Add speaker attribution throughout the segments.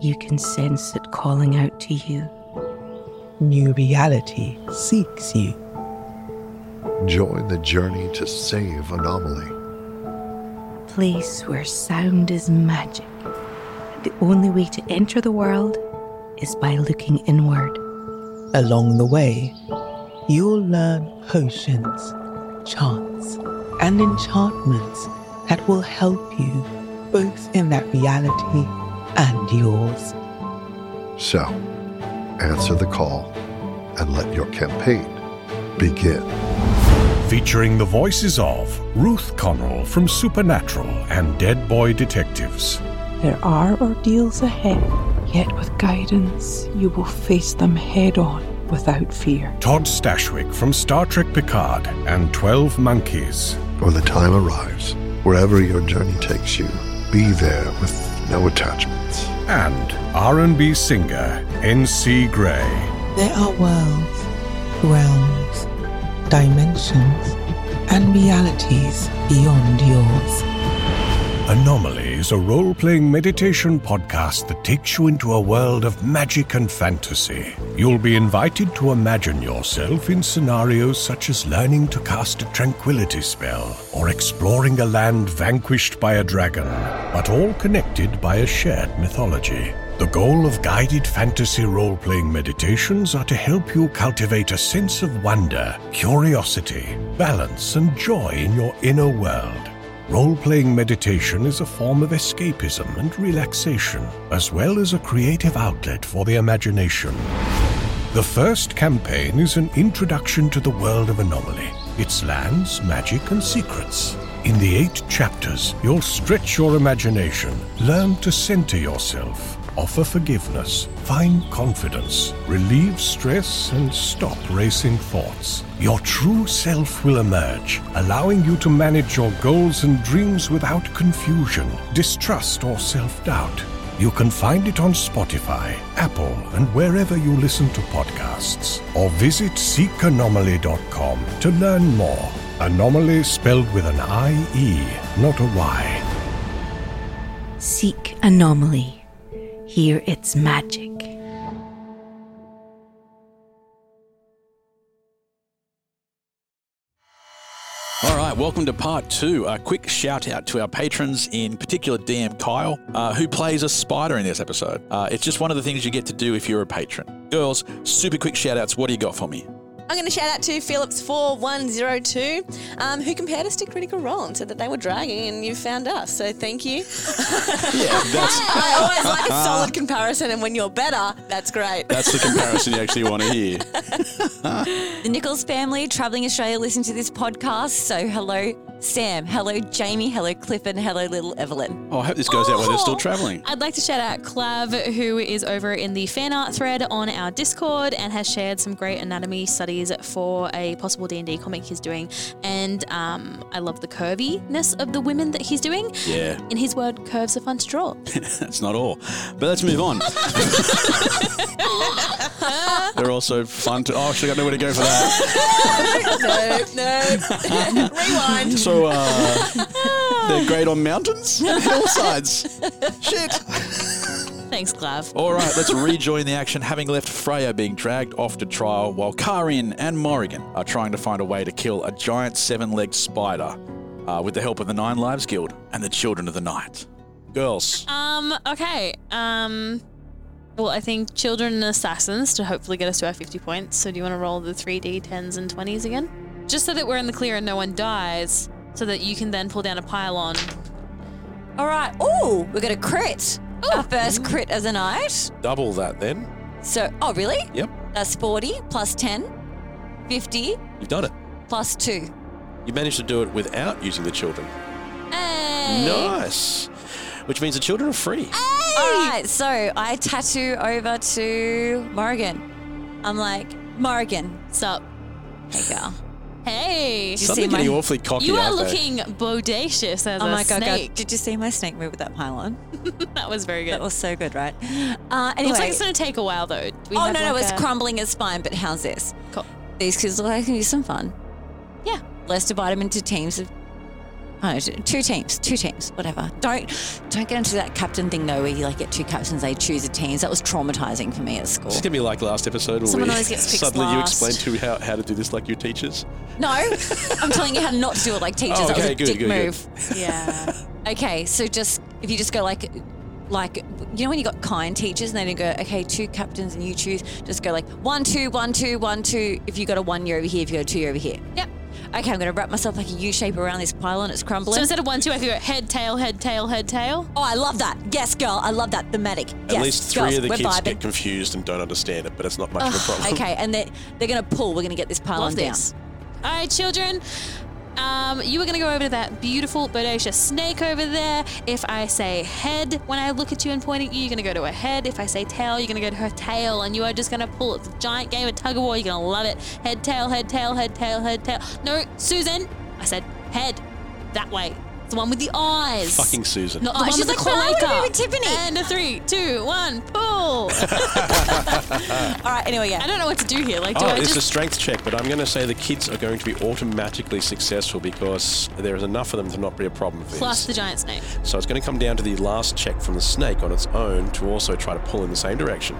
Speaker 1: You can sense it calling out to you.
Speaker 2: New reality seeks you.
Speaker 3: Join the journey to save Anomaly.
Speaker 1: Place where sound is magic. The only way to enter the world is by looking inward.
Speaker 2: Along the way, you'll learn potions, chants, and enchantments that will help you both in that reality and yours.
Speaker 3: So, answer the call and let your campaign begin.
Speaker 4: Featuring the voices of Ruth Connell from Supernatural and Dead Boy Detectives.
Speaker 5: There are ordeals ahead, yet with guidance, you will face them head on without fear.
Speaker 4: Todd Stashwick from Star Trek Picard and 12 Monkeys.
Speaker 3: When the time arrives, wherever your journey takes you, be there with no attachments.
Speaker 4: And R&B singer N.C. Gray.
Speaker 2: There are worlds, realms, dimensions, and realities beyond yours.
Speaker 4: Anomaly is a role playing meditation podcast that takes you into a world of magic and fantasy. You'll be invited to imagine yourself in scenarios such as learning to cast a tranquility spell or exploring a land vanquished by a dragon, but all connected by a shared mythology. The goal of guided fantasy role playing meditations are to help you cultivate a sense of wonder, curiosity, balance, and joy in your inner world. Role playing meditation is a form of escapism and relaxation, as well as a creative outlet for the imagination. The first campaign is an introduction to the world of Anomaly, its lands, magic, and secrets. In the eight chapters, you'll stretch your imagination, learn to center yourself, offer forgiveness, find confidence, relieve stress, and stop racing thoughts. Your true self will emerge, allowing you to manage your goals and dreams without confusion, distrust, or self doubt. You can find it on Spotify, Apple, and wherever you listen to podcasts. Or visit seekanomaly.com to learn more. Anomaly spelled with an I-E, not a Y.
Speaker 1: Seek anomaly. Hear its magic.
Speaker 6: All right, welcome to part two. A quick shout out to our patrons, in particular DM Kyle, uh, who plays a spider in this episode. Uh, it's just one of the things you get to do if you're a patron. Girls, super quick shout outs. What do you got for me?
Speaker 7: I'm going to shout out to Phillips4102, um, who compared us to Critical Role and said that they were dragging and you found us. So thank you.
Speaker 6: Yeah, that's,
Speaker 7: I always like a solid comparison, and when you're better, that's great.
Speaker 6: that's the comparison you actually want to hear.
Speaker 8: The Nichols family traveling Australia listen to this podcast. So hello, Sam. Hello, Jamie. Hello, Clifford. Hello, little Evelyn.
Speaker 6: Oh, I hope this goes out while they're still traveling.
Speaker 9: I'd like to shout out Clav, who is over in the fan art thread on our Discord and has shared some great anatomy studies for a possible D and D comic he's doing. And um, I love the curviness of the women that he's doing.
Speaker 6: Yeah,
Speaker 9: In his word, curves are fun to draw.
Speaker 6: that's not all. But let's move on. They're also fun to. Oh, actually, I know where to go for that.
Speaker 7: no, no. Rewind.
Speaker 6: So uh, they're great on mountains and hillsides. Shit.
Speaker 9: Thanks, Clav.
Speaker 6: All right, let's rejoin the action, having left Freya being dragged off to trial while Karin and Morrigan are trying to find a way to kill a giant seven legged spider uh, with the help of the Nine Lives Guild and the Children of the Night. Girls,
Speaker 9: Um. Okay. Um. Well, I think children and assassins to hopefully get us to our 50 points. So do you want to roll the 3d10s and 20s again? Just so that we're in the clear and no one dies, so that you can then pull down a pylon.
Speaker 8: All right. Oh, we got a crit. Our first crit as a night.
Speaker 10: Double that then.
Speaker 8: So, oh, really?
Speaker 6: Yep.
Speaker 8: That's 40 plus 10, 50
Speaker 10: You've done it.
Speaker 8: plus 2.
Speaker 10: You managed to do it without using the children.
Speaker 8: Hey. Ah.
Speaker 10: Nice. Which means the children are free.
Speaker 8: All right. So I tattoo over to Morrigan. I'm like, Morrigan,
Speaker 9: Sup?
Speaker 8: hey girl.
Speaker 9: Hey.
Speaker 8: Did you see
Speaker 6: something
Speaker 8: my?
Speaker 6: getting awfully cocky.
Speaker 9: You are
Speaker 6: out there.
Speaker 9: looking bodacious as
Speaker 8: Oh
Speaker 9: a
Speaker 8: my god,
Speaker 9: snake.
Speaker 8: god! Did you see my snake move with that pylon?
Speaker 9: That was very good.
Speaker 8: That was so good, right? Uh,
Speaker 9: Looks
Speaker 8: anyway,
Speaker 9: like it's going to take a while though. We
Speaker 8: oh
Speaker 9: have
Speaker 8: no, no,
Speaker 9: like
Speaker 8: it's
Speaker 9: a-
Speaker 8: crumbling. It's fine. But how's this?
Speaker 9: Cool.
Speaker 8: These kids look like they can do some fun.
Speaker 9: Yeah.
Speaker 8: Let's divide them into teams of Oh, t- two teams, two teams, whatever. Don't don't get into that captain thing though, where you like get two captains, they choose the teams. That was traumatizing for me at school.
Speaker 10: It's gonna be like last episode where
Speaker 8: Someone
Speaker 10: we-
Speaker 8: always gets picked
Speaker 10: suddenly
Speaker 8: last.
Speaker 10: you explain to how, how to do this like your teachers.
Speaker 8: No, I'm telling you how not to do it like teachers.
Speaker 10: Oh,
Speaker 8: that was
Speaker 10: okay,
Speaker 8: a
Speaker 10: good,
Speaker 8: dick
Speaker 10: good, good.
Speaker 8: move. Yeah. okay, so just if you just go like, like you know when you got kind teachers and then you go, okay, two captains and you choose. Just go like one, two, one, two, one, two. If you got a one, you're over here. If you got a two, you're over here. Yep. Okay, I'm gonna wrap myself like a U shape around this pylon. It's crumbling.
Speaker 9: So instead of one, two, I think we go head, tail, head, tail, head, tail.
Speaker 8: Oh, I love that. Yes, girl. I love that thematic.
Speaker 10: At
Speaker 8: yes,
Speaker 10: least three
Speaker 8: girls,
Speaker 10: of the
Speaker 8: we're
Speaker 10: kids
Speaker 8: vibing.
Speaker 10: get confused and don't understand it, but it's not much of a
Speaker 8: Ugh,
Speaker 10: problem.
Speaker 8: Okay, and they're, they're going to pull. We're going to get this pylon
Speaker 9: Love
Speaker 8: down.
Speaker 9: this. All right, children. Um, you were going to go over to that beautiful bodacious snake over there. If I say head, when I look at you and point at you, you're going to go to her head. If I say tail, you're going to go to her tail, and you are just going to pull it. It's a giant game of tug of war. You're going to love it. Head, tail, head, tail, head, tail, head, tail. No, Susan. I said head. That way. It's the one with the eyes.
Speaker 10: Fucking Susan.
Speaker 9: Not the
Speaker 8: Oh,
Speaker 9: one
Speaker 8: she's
Speaker 9: with the
Speaker 8: like, "No, I wanna be
Speaker 9: cloaca."
Speaker 8: with Tiffany.
Speaker 9: And a three, two, one, pull.
Speaker 8: All right, anyway, yeah.
Speaker 9: I don't know what to do here. Like, do
Speaker 10: Oh,
Speaker 9: I
Speaker 10: it's
Speaker 9: just
Speaker 10: a strength check, but I'm going to say the kids are going to be automatically successful because there is enough of them to not be a problem for
Speaker 9: plus the
Speaker 10: this.
Speaker 9: giant snake?
Speaker 10: so it's going to come down to the last check from the snake on its own to also try to pull in the same direction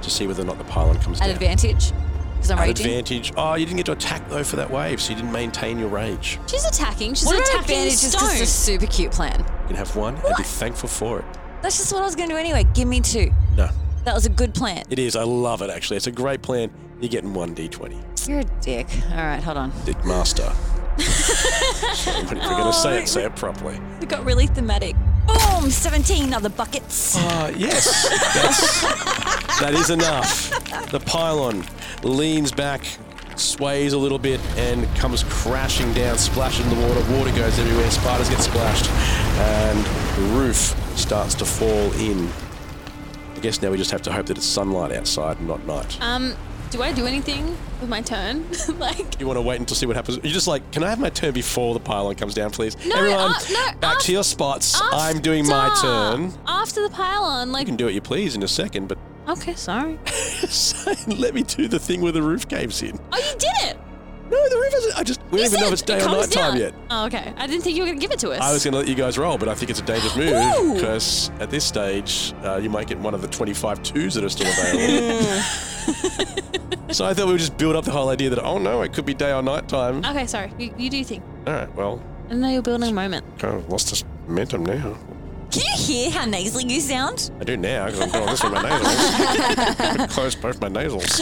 Speaker 10: to see whether or not the pylon comes
Speaker 8: At
Speaker 10: down.
Speaker 8: advantage, because I'm
Speaker 10: At
Speaker 8: raging.
Speaker 10: advantage. Oh, you didn't get to attack though for that wave, so you didn't maintain your rage.
Speaker 9: She's attacking. She's
Speaker 8: What about
Speaker 9: attacking
Speaker 8: advantages?
Speaker 9: stone.
Speaker 8: Because it's a super cute plan.
Speaker 10: You can have one and be thankful for it.
Speaker 8: That's just what I was going to do anyway. Give me two.
Speaker 10: No,
Speaker 8: That was a good plan.
Speaker 10: it is. I love it actually. It's a great plan. You're getting one d20.
Speaker 8: You're a dick. All right, hold on.
Speaker 10: Dick master. if we're going to say it, say it properly.
Speaker 8: We got really thematic. Boom! 17 other buckets.
Speaker 10: Uh, yes, that's, that is enough. The pylon leans back, sways a little bit, and comes crashing down, splashing the water. Water goes everywhere, spiders get splashed, and the roof starts to fall in. I guess now we just have to hope that it's sunlight outside and not night.
Speaker 9: Um, do I do anything with my turn? like,
Speaker 10: you want to wait until see what happens. You're just like, can I have my turn before the pylon comes down, please?
Speaker 9: No,
Speaker 10: Everyone,
Speaker 9: uh, no,
Speaker 10: back to
Speaker 9: after-
Speaker 10: your spots. I'm doing my
Speaker 9: after-
Speaker 10: turn.
Speaker 9: After the pylon,
Speaker 10: You
Speaker 9: like,
Speaker 10: can do what you please in a second, but
Speaker 9: okay, sorry.
Speaker 10: saying, let me do the thing where the roof caves in.
Speaker 9: Oh, you did it.
Speaker 10: No, the roof hasn't. I just we
Speaker 9: You
Speaker 10: don't even know
Speaker 9: said
Speaker 10: if it's day
Speaker 9: it
Speaker 10: or
Speaker 9: comes
Speaker 10: night time
Speaker 9: down.
Speaker 10: yet.
Speaker 9: Oh, okay. I didn't think you were gonna give it to us.
Speaker 10: I was going to let you guys roll, but I think it's a dangerous move
Speaker 9: Ooh.
Speaker 10: because at this stage uh, you might get one of the 25 twos that are still available. so I thought we would just build up the whole idea that oh no, it could be day or night time.
Speaker 9: Okay, sorry. You, you do think.
Speaker 10: All right, well,
Speaker 9: I know you're building a moment.
Speaker 10: kind of lost this Oh, momentum now.
Speaker 8: Can you hear how nasally you sound?
Speaker 10: I do now because I'm doing this with my nasals. Close both my nasals.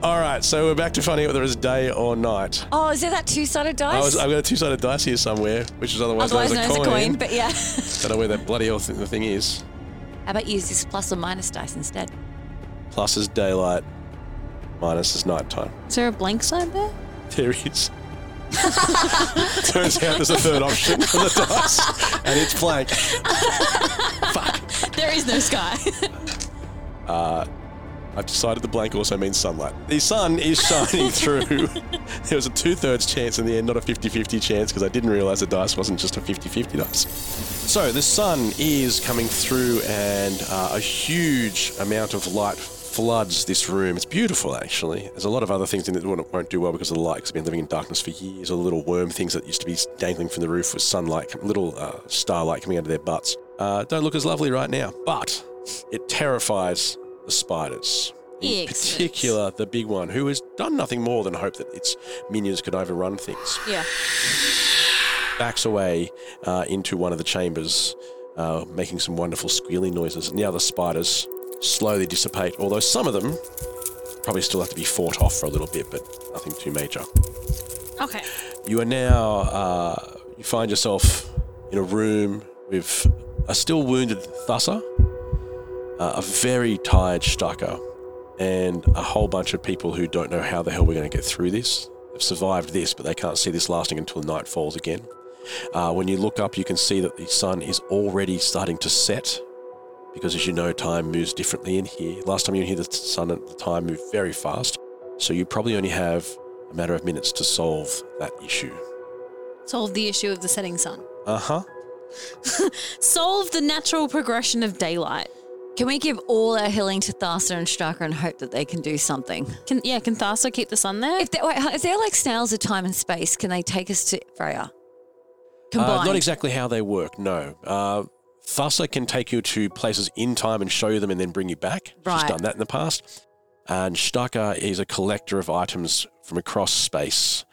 Speaker 10: All right, so we're back to finding out whether it's day or night.
Speaker 8: Oh, is there that two-sided dice?
Speaker 10: I was, I've got a two-sided dice here somewhere, which is otherwise,
Speaker 8: Otherwise known
Speaker 10: known
Speaker 8: as a coin, but yeah.
Speaker 10: Don't know where that bloody hell thing, the thing is.
Speaker 8: How about you use this plus or minus dice instead?
Speaker 10: Plus is daylight, minus is nighttime.
Speaker 9: Is there a blank side there?
Speaker 10: There is. Turns out there's a third option on the dice, and it's blank.
Speaker 9: There is no sky.
Speaker 10: I've decided the blank also means sunlight. The sun is shining through. there was a two thirds chance in the end, not a 50 50 chance, because I didn't realize the dice wasn't just a 50 50 dice. So the sun is coming through, and uh, a huge amount of light floods this room. It's beautiful, eh? actually. There's a lot of other things in it that won't won't do well because of the light, because I've been living in darkness for years. All the little worm things that used to be dangling from the roof with sunlight, little uh, starlight coming out of their butts. Uh, don't look as lovely right now, but it terrifies the spiders. In
Speaker 9: Excellent.
Speaker 10: particular, the big one, who has done nothing more than hope that its minions can overrun things
Speaker 9: yeah.
Speaker 10: backs away uh, into one of the chambers, uh, making some wonderful squealing noises. And the other spiders slowly dissipate, although some of them probably still have to be fought off for a little bit, but nothing too major.
Speaker 9: Okay.
Speaker 10: You are now, uh, you find yourself in a room with a still wounded Thassa, uh, a very tired Shtaka, and a whole bunch of people who don't know how the hell we're going to get through this. They've survived this, but they can't see this lasting until night falls again. Uh, when you look up, you can see that the sun is already starting to set because, as you know, time moves differently in here. Last time you were here, the sun at the time moved very fast. So you probably only have a matter of minutes to solve that issue.
Speaker 9: Solve the issue of the setting sun.
Speaker 10: Uh huh.
Speaker 9: Solve the natural progression of daylight.
Speaker 8: Can we give all our healing to Thassa and Straka and hope that they can do something?
Speaker 9: Can yeah? Can Thassa keep the sun there?
Speaker 8: If they're, wait, if they're like snails of time and space, can they take us to Freya?
Speaker 10: Uh,
Speaker 8: Combined.
Speaker 10: not exactly how they work, no. Uh, Thassa can take you to places in time and show you them and then bring you back.
Speaker 8: Right.
Speaker 10: She's done that in the past. And Staka is a collector of items from across space.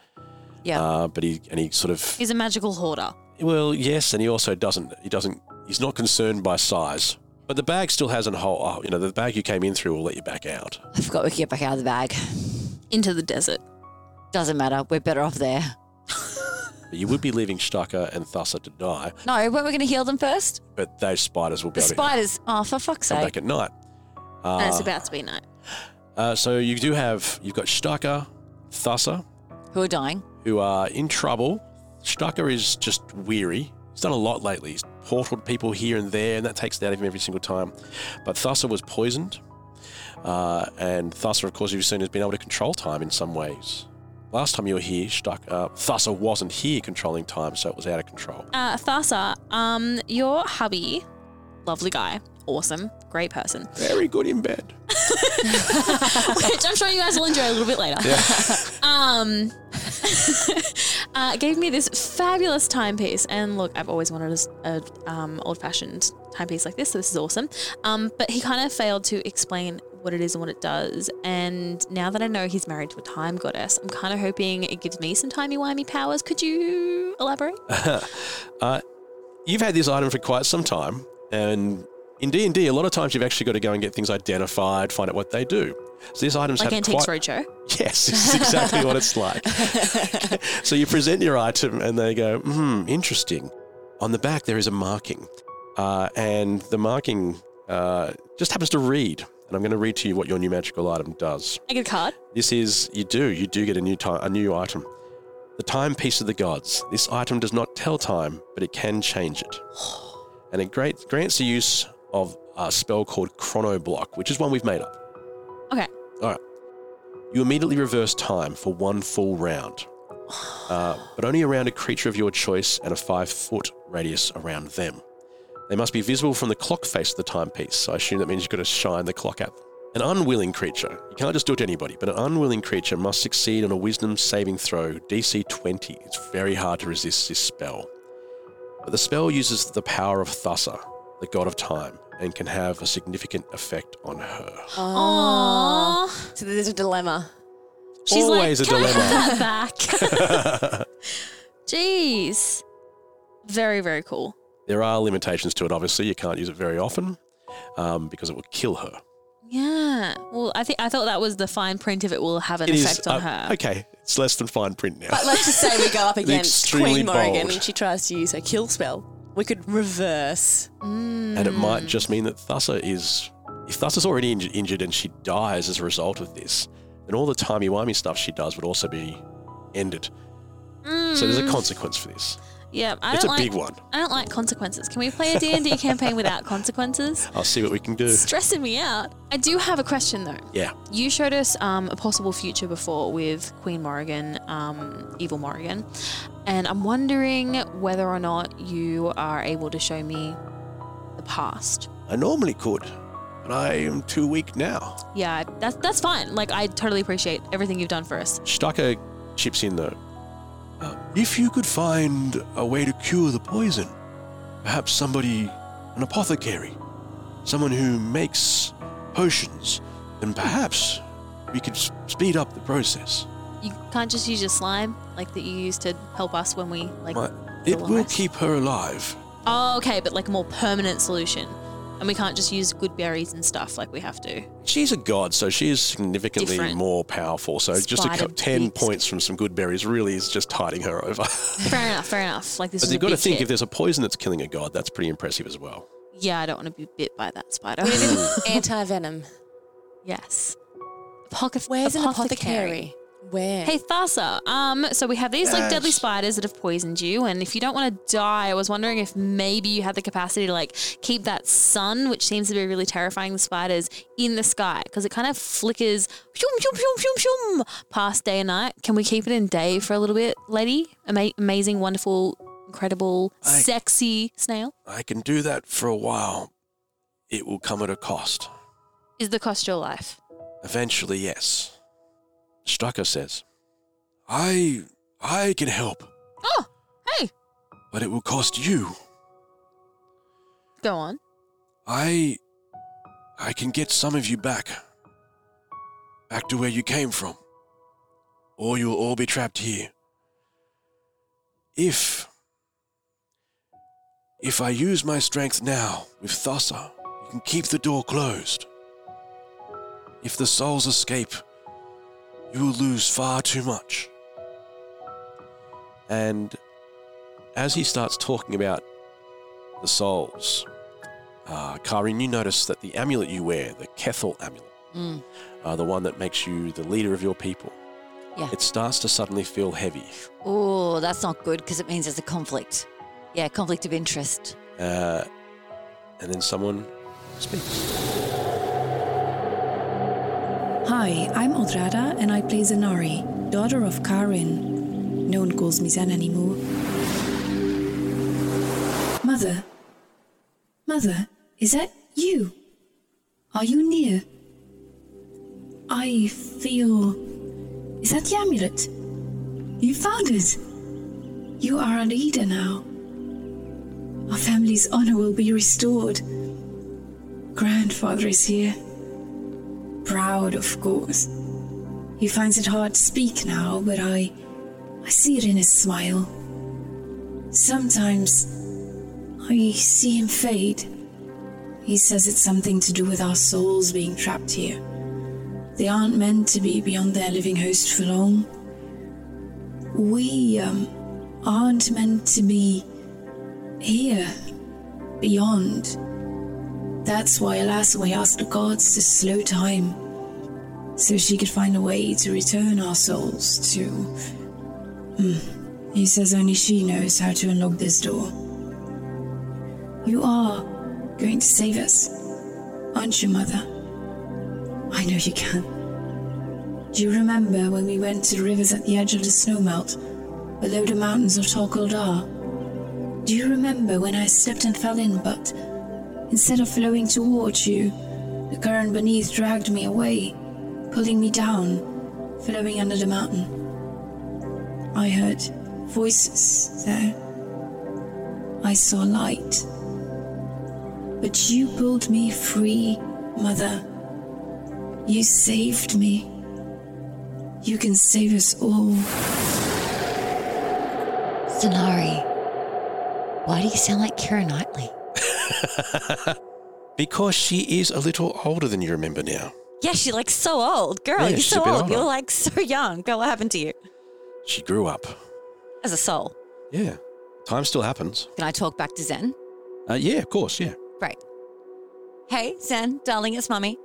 Speaker 8: Yeah.
Speaker 10: Uh, but he and he sort of
Speaker 9: He's a magical hoarder.
Speaker 10: well, yes, and he also doesn't he doesn't he's not concerned by size. But the bag still has a hole. Oh, you know, the bag you came in through will let you back out.
Speaker 8: I forgot we could get back out of the bag.
Speaker 9: Into the desert.
Speaker 8: Doesn't matter. We're better off there.
Speaker 10: But you would be leaving Staka and Thassa to die,
Speaker 8: No, weren't we going to heal them first?
Speaker 10: but those spiders will be
Speaker 8: The
Speaker 10: able to
Speaker 8: spiders. Oh, for fuck's
Speaker 10: come
Speaker 8: sake.
Speaker 10: back at night. Uh,
Speaker 9: and it's about to be night.
Speaker 10: Uh, so you do have you've got Staka, Thassa,
Speaker 8: Who are dying?
Speaker 10: who are in trouble. Staka is just weary. He's done a lot lately. He's portaled people here and there, and that takes it out of him every single time. But Thassa was poisoned, uh, and Thassa, of course, you've seen, has been able to control time in some ways. Last time you were here, Staka, uh, Thassa wasn't here controlling time, so it was out of control.
Speaker 9: Uh, Thassa, um, your hubby, lovely guy, awesome, great person,
Speaker 10: Very good in bed.
Speaker 9: which I'm sure you guys will enjoy a little bit later. um, uh, gave me this fabulous timepiece, and look, I've always wanted a s- a, um, old-fashioned timepiece like this, so this is awesome. Um, but he kind of failed to explain what it is and what it does, and now that I know he's married to a time goddess, I'm kind of hoping it gives me some timey-wimey powers. Could you elaborate?
Speaker 10: Uh, you've had this item for quite some time, and in D and D, a lot of times you've actually got to go and get things identified, find out what they do. So this item's
Speaker 9: like
Speaker 10: had
Speaker 9: Antiques
Speaker 10: quite.
Speaker 9: Roadshow?
Speaker 10: Yes, this is exactly what it's like. so you present your item, and they go, "Hmm, interesting." On the back there is a marking, uh, and the marking uh, just happens to read. And I'm going to read to you what your new magical item does.
Speaker 9: I get a card.
Speaker 10: This is you do you do get a new time a new item. The timepiece of the gods. This item does not tell time, but it can change it. And it great, grants the use of a spell called Chrono Block, which is one we've made up.
Speaker 9: Okay.
Speaker 10: All right. You immediately reverse time for one full round, uh, but only around a creature of your choice and a five foot radius around them. They must be visible from the clock face of the timepiece. So I assume that means you've got to shine the clock at them. An unwilling creature, you can't just do it to anybody, but an unwilling creature must succeed on a wisdom saving throw, DC 20. It's very hard to resist this spell. But the spell uses the power of Thassa, the god of time, and can have a significant effect on her.
Speaker 7: Aww. So there's a dilemma.
Speaker 9: She's
Speaker 10: Always
Speaker 9: like,
Speaker 10: a
Speaker 9: Can I
Speaker 10: dilemma.
Speaker 9: have that back? Jeez. Very, very cool.
Speaker 10: There are limitations to it, obviously. You can't use it very often um, because it will kill her.
Speaker 9: Yeah. Well, I think I thought that was the fine print if it will have an
Speaker 10: It is,
Speaker 9: effect on
Speaker 10: uh,
Speaker 9: her.
Speaker 10: Okay, it's less than fine print now.
Speaker 7: But let's just say we go up against
Speaker 10: Extremely
Speaker 7: Queen Morrigan
Speaker 10: bold.
Speaker 7: and she tries to use her kill spell. We could reverse.
Speaker 10: and it
Speaker 9: Mm.
Speaker 10: might just mean that Thassa is. If Thassa's already inj- injured and she dies as a result of this, then all the timey-wimey stuff she does would also be ended. So there's a consequence for this.
Speaker 9: Mm, Yeah. I
Speaker 10: it's
Speaker 9: don't
Speaker 10: a
Speaker 9: like,
Speaker 10: big one.
Speaker 9: I don't like consequences. Can we play a D&D campaign without consequences?
Speaker 10: I'll see what we can do.
Speaker 9: Stressing me out. I do have a question though.
Speaker 10: Yeah.
Speaker 9: You showed us um, a possible future before with Queen Morrigan, um, Evil Morrigan, and I'm wondering whether or not you are able to show me the past.
Speaker 10: I normally could, but I am too weak now.
Speaker 9: Yeah, that's that's fine. Like I totally appreciate everything you've done for us.
Speaker 10: Staka chips in though. Uh, if you could find a way to cure the poison, perhaps somebody, an apothecary, someone who makes potions, then perhaps we could s- speed up the process.
Speaker 9: You can't just use your slime like that you used to help us when we like.
Speaker 10: But
Speaker 9: the
Speaker 10: it will
Speaker 9: lice.
Speaker 10: keep her alive.
Speaker 9: Oh, okay, but like a more permanent solution, and we can't just use good berries and stuff like we have to.
Speaker 10: She's a god, so she is significantly
Speaker 9: Different.
Speaker 10: more powerful. So just a
Speaker 9: Spider
Speaker 10: cou- ten
Speaker 9: beaks.
Speaker 10: points from some good berries really is just tiding her over.
Speaker 9: Fair enough. Fair enough. Like this
Speaker 10: but
Speaker 9: is a
Speaker 10: you've got to
Speaker 9: big
Speaker 10: think
Speaker 9: hit.
Speaker 10: if there's a poison that's killing a god, that's pretty impressive as well.
Speaker 9: Yeah, I don't want to be bit by that spider.
Speaker 7: Anti venom.
Speaker 9: yes. Apocath-
Speaker 7: Where's an apothecary? Where?
Speaker 9: Hey Thassa, um, so we have these like deadly spiders that have poisoned you, and if you don't want to die, I was wondering if maybe you had the capacity to like keep that sun, which seems to be really terrifying the spiders, in the sky because it kind of flickers, shoom, shoom, shoom, shoom, shoom, past day and night. Can we keep it in day for a little bit, lady? Ama- amazing, wonderful, incredible,
Speaker 10: I-
Speaker 9: sexy snail.
Speaker 10: I can do that for a while. it will come at a cost.
Speaker 9: Is the cost your life?
Speaker 10: Eventually, yes. Strucker says, I, I can help,
Speaker 9: Oh, hey,
Speaker 10: but it will cost you.
Speaker 9: go on.
Speaker 10: I, I can get some of you back, back to where you came from, or you will all be trapped here. If, if I use my strength now with Thassa, you can keep the door closed. If the souls escape, you will lose far too much. And as he starts talking about the souls, uh, Karin, you notice that the amulet you wear, the Kethel amulet,
Speaker 8: Mm.
Speaker 10: uh, the one that makes you the leader of your people,
Speaker 8: Yeah.
Speaker 10: it starts to suddenly feel heavy.
Speaker 8: Oh, that's not good because it means there's a conflict. Yeah, conflict of interest.
Speaker 10: Uh, and then someone speaks.
Speaker 11: Hi, I'm Odrada and I play Zenari, daughter of Karin. No one calls me Zen anymore. Mother. Mother, is that you? Are you near? I feel. Is that the amulet? You found it! You are a leader now. Our family's honor will be restored. Grandfather is here. Proud, of course. He finds it hard to speak now, but I. I see it in his smile. Sometimes. I see him fade. He says it's something to do with our souls being trapped here. They aren't meant to be beyond their living host for long. We, um, aren't meant to be. here. beyond. That's why Alasway asked the gods to slow time, so she could find a way to return our souls to. Hmm. He says only she knows how to unlock this door. You are going to save us, aren't you, Mother? I know you can. Do you remember when we went to the rivers at the edge of the snowmelt, below the mountains of Torkeldar? Do you remember when I slipped and fell in, but Instead of flowing towards you, the current beneath dragged me away, pulling me down, flowing under the mountain. I heard voices there. I saw light. But you pulled me free, Mother. You saved me. You can save us all.
Speaker 8: Sonari, why do you sound like Kira Knightley?
Speaker 10: because she is a little older than you remember now.
Speaker 8: Yeah, she's like so old. Girl,
Speaker 10: Yeah,
Speaker 8: you're
Speaker 10: she's
Speaker 8: so
Speaker 10: a bit
Speaker 8: old.
Speaker 10: older.
Speaker 8: You're like so young. Girl, what happened to you?
Speaker 10: She grew up.
Speaker 8: As a soul.
Speaker 10: Yeah. Time still happens.
Speaker 8: Can I talk back to Zen?
Speaker 10: Uh, yeah, of course, yeah.
Speaker 8: Great. Hey, Zen, darling, it's mummy.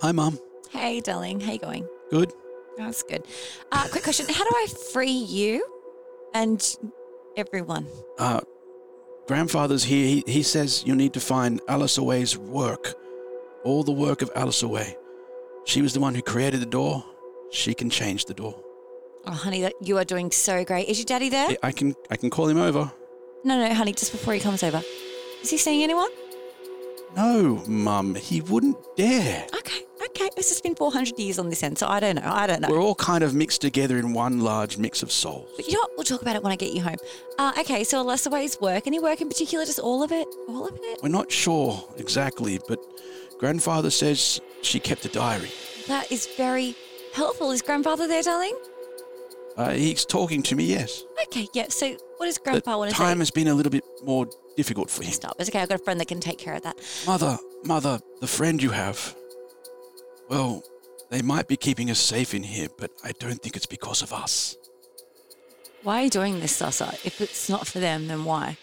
Speaker 12: Hi, Mum.
Speaker 8: Hey, darling, how you going? Oh,
Speaker 10: Good.
Speaker 8: That's good. Uh, quick question. How do I free you and everyone?
Speaker 12: Uh, grandfather's here. He, he says you need to find Alice Away's work. All the work of Alice Away. She was the one who created the door. She can change the door.
Speaker 8: Oh, honey, that you are doing so great. Is your daddy there?
Speaker 12: I- I can I can call him over.
Speaker 8: No, no, honey, just before he comes over. Is he seeing anyone?
Speaker 12: No, Mum, he wouldn't dare.
Speaker 8: Okay, it's just been 400 years on this end, so I don't know. I don't know.
Speaker 12: We're all kind of mixed together in one large mix of souls.
Speaker 8: But you know what? We'll talk about it when I get you home. Uh, okay, so Alessa Way's work, any work in particular, just all of it? All of it?
Speaker 12: We're not sure exactly, but grandfather says she kept a diary.
Speaker 8: That is very helpful. Is grandfather there, darling?
Speaker 12: Uh, he's talking to me, yes.
Speaker 8: Okay, yeah, so what does
Speaker 12: But
Speaker 8: grandpa want to
Speaker 12: time
Speaker 8: say?
Speaker 12: has been a little bit more difficult for him.
Speaker 8: Stop. It's okay, I've got a friend that can take care of that.
Speaker 12: Mother, mother, the friend you have. Well, they might be keeping us safe in here, but I don't think it's because of us.
Speaker 8: Why are you doing this, Sasa? If it's not for them, then why?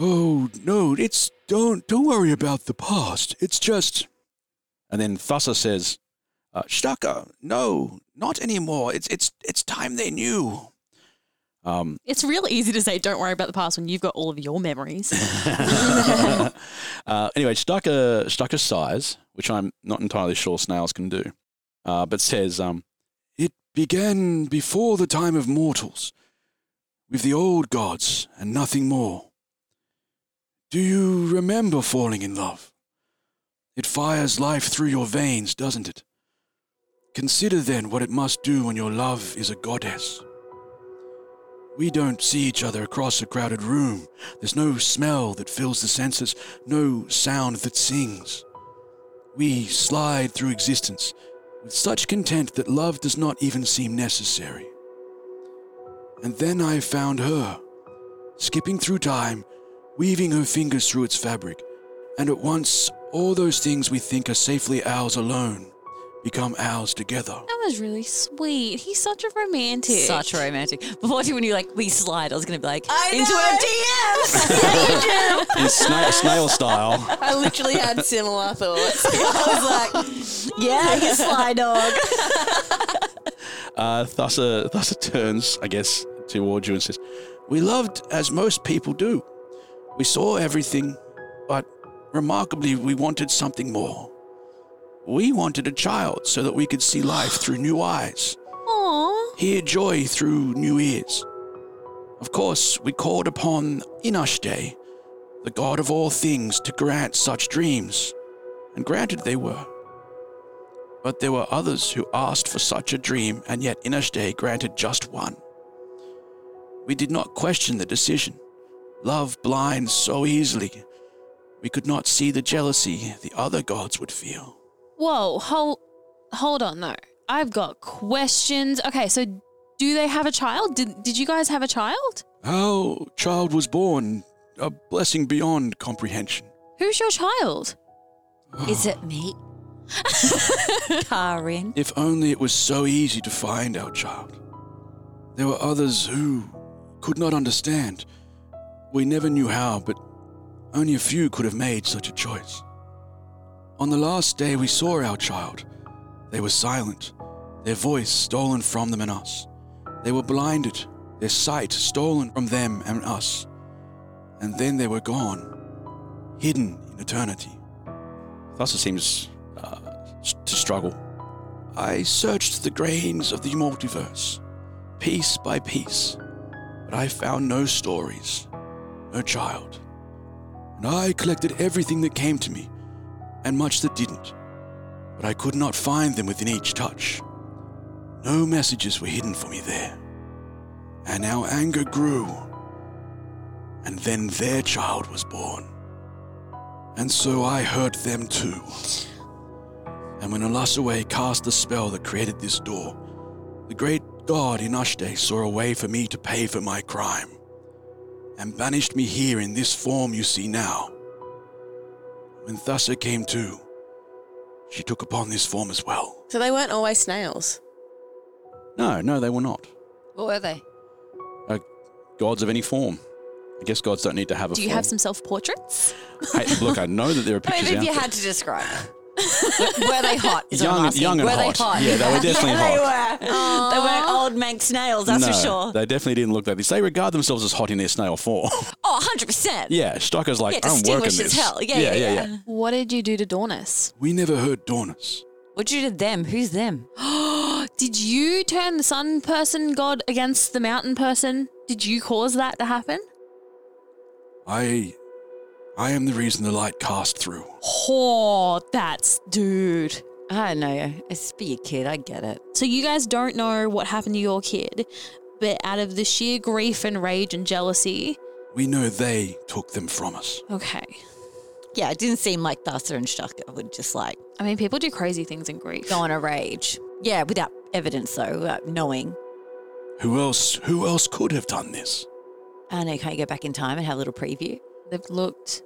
Speaker 12: Oh no, it's don't don't worry about the past. It's just And then Thassa says, uh, Shtaka, no, not anymore. It's it's it's time they knew. Um
Speaker 9: It's real easy to say, don't worry about the past when you've got all of your memories.
Speaker 12: uh, anyway, Stucker Stucker sighs, which I'm not entirely sure snails can do, uh, but says, um, "It began before the time of mortals, with the old gods and nothing more. Do you remember falling in love? It fires life through your veins, doesn't it? Consider then what it must do when your love is a goddess. We don't see each other across a crowded room. There's no smell that fills the senses, no sound that sings. We slide through existence with such content that love does not even seem necessary. And then I found her, skipping through time, weaving her fingers through its fabric, and at once all those things we think are safely ours alone become ours together.
Speaker 9: That was really sweet. He's such a romantic.
Speaker 8: Such a romantic. Before too, when you like we slide, I was gonna be like
Speaker 7: I
Speaker 8: into
Speaker 7: know.
Speaker 8: our DMs.
Speaker 10: Is snail, snail style.
Speaker 7: I literally had similar thoughts. I was like, yeah, you sly dog.
Speaker 12: Uh, Thassa, Thassa turns, I guess, towards you and says, We loved as most people do. We saw everything, but remarkably, we wanted something more. We wanted a child so that we could see life through new eyes,
Speaker 9: Aww.
Speaker 12: hear joy through new ears. Of course, we called upon Inashte, the god of all things, to grant such dreams, and granted they were. But there were others who asked for such a dream, and yet Inashte granted just one. We did not question the decision. Love blinds so easily. We could not see the jealousy the other gods would feel.
Speaker 9: Whoa, hold, hold on though. I've got questions. Okay, so do they have a child? Did Did you guys have a child?
Speaker 12: How child was born, a blessing beyond comprehension.
Speaker 9: Who's your child?
Speaker 8: Is it me? Karin.
Speaker 12: If only it was so easy to find our child. There were others who could not understand. We never knew how, but only a few could have made such a choice. On the last day we saw our child, they were silent, their voice stolen from them and us. They were blinded, their sight stolen from them and us. And then they were gone, hidden in eternity. Thassa seems uh, to struggle. I searched the grains of the multiverse, piece by piece, but I found no stories, no child. And I collected everything that came to me, and much that didn't, but I could not find them within each touch. No messages were hidden for me there. And our anger grew, and then their child was born. And so I hurt them too. And when Alasue cast the spell that created this door, the great god Inashte saw a way for me to pay for my crime, and banished me here in this form you see now. When Thassa came to, she took upon this form as well.
Speaker 7: So they weren't always snails.
Speaker 12: No, no, they were not.
Speaker 8: What were they?
Speaker 12: Uh, gods of any form. I guess gods don't need to have a
Speaker 9: Do you
Speaker 12: form.
Speaker 9: have some self portraits?
Speaker 12: hey, look, I know that there are pictures
Speaker 8: Maybe if
Speaker 12: out
Speaker 8: you
Speaker 12: there.
Speaker 8: had to describe them. were they hot? Is what
Speaker 12: Young-
Speaker 8: I'm asking.
Speaker 12: young and
Speaker 8: were
Speaker 12: hot.
Speaker 8: they hot?
Speaker 12: Yeah, they were definitely
Speaker 8: hot. They were. They weren't old manx snails, that's for
Speaker 12: No,
Speaker 8: sure.
Speaker 12: They definitely didn't look like this. They regard themselves as hot in their snail form.
Speaker 8: Oh, 100%.
Speaker 12: yeah, Stocker's like,
Speaker 8: Yeah,
Speaker 12: I'm working
Speaker 8: distinguished
Speaker 12: this.
Speaker 8: as hell. Yeah, yeah, yeah.
Speaker 9: What did you do to Dornis?
Speaker 12: We never heard Dornus.
Speaker 8: What'd you do to them? Who's them?
Speaker 9: did you turn the sun person god against the mountain person? Did you cause that to happen?
Speaker 12: I, I am the reason the light cast through.
Speaker 9: Oh, that's dude.
Speaker 8: I know. It's be a kid. I get it.
Speaker 9: So you guys don't know what happened to your kid, but out of the sheer grief and rage and jealousy,
Speaker 12: We know they took them from us.
Speaker 9: okay.
Speaker 8: Yeah, it didn't seem like Thassa and Shaka would just like
Speaker 9: I mean, people do crazy things in grief.
Speaker 8: go on a rage. Yeah, without evidence though, without knowing.
Speaker 12: Who else? Who else could have done this?
Speaker 8: I know. Can't you go back in time and have a little preview?
Speaker 9: They've looked.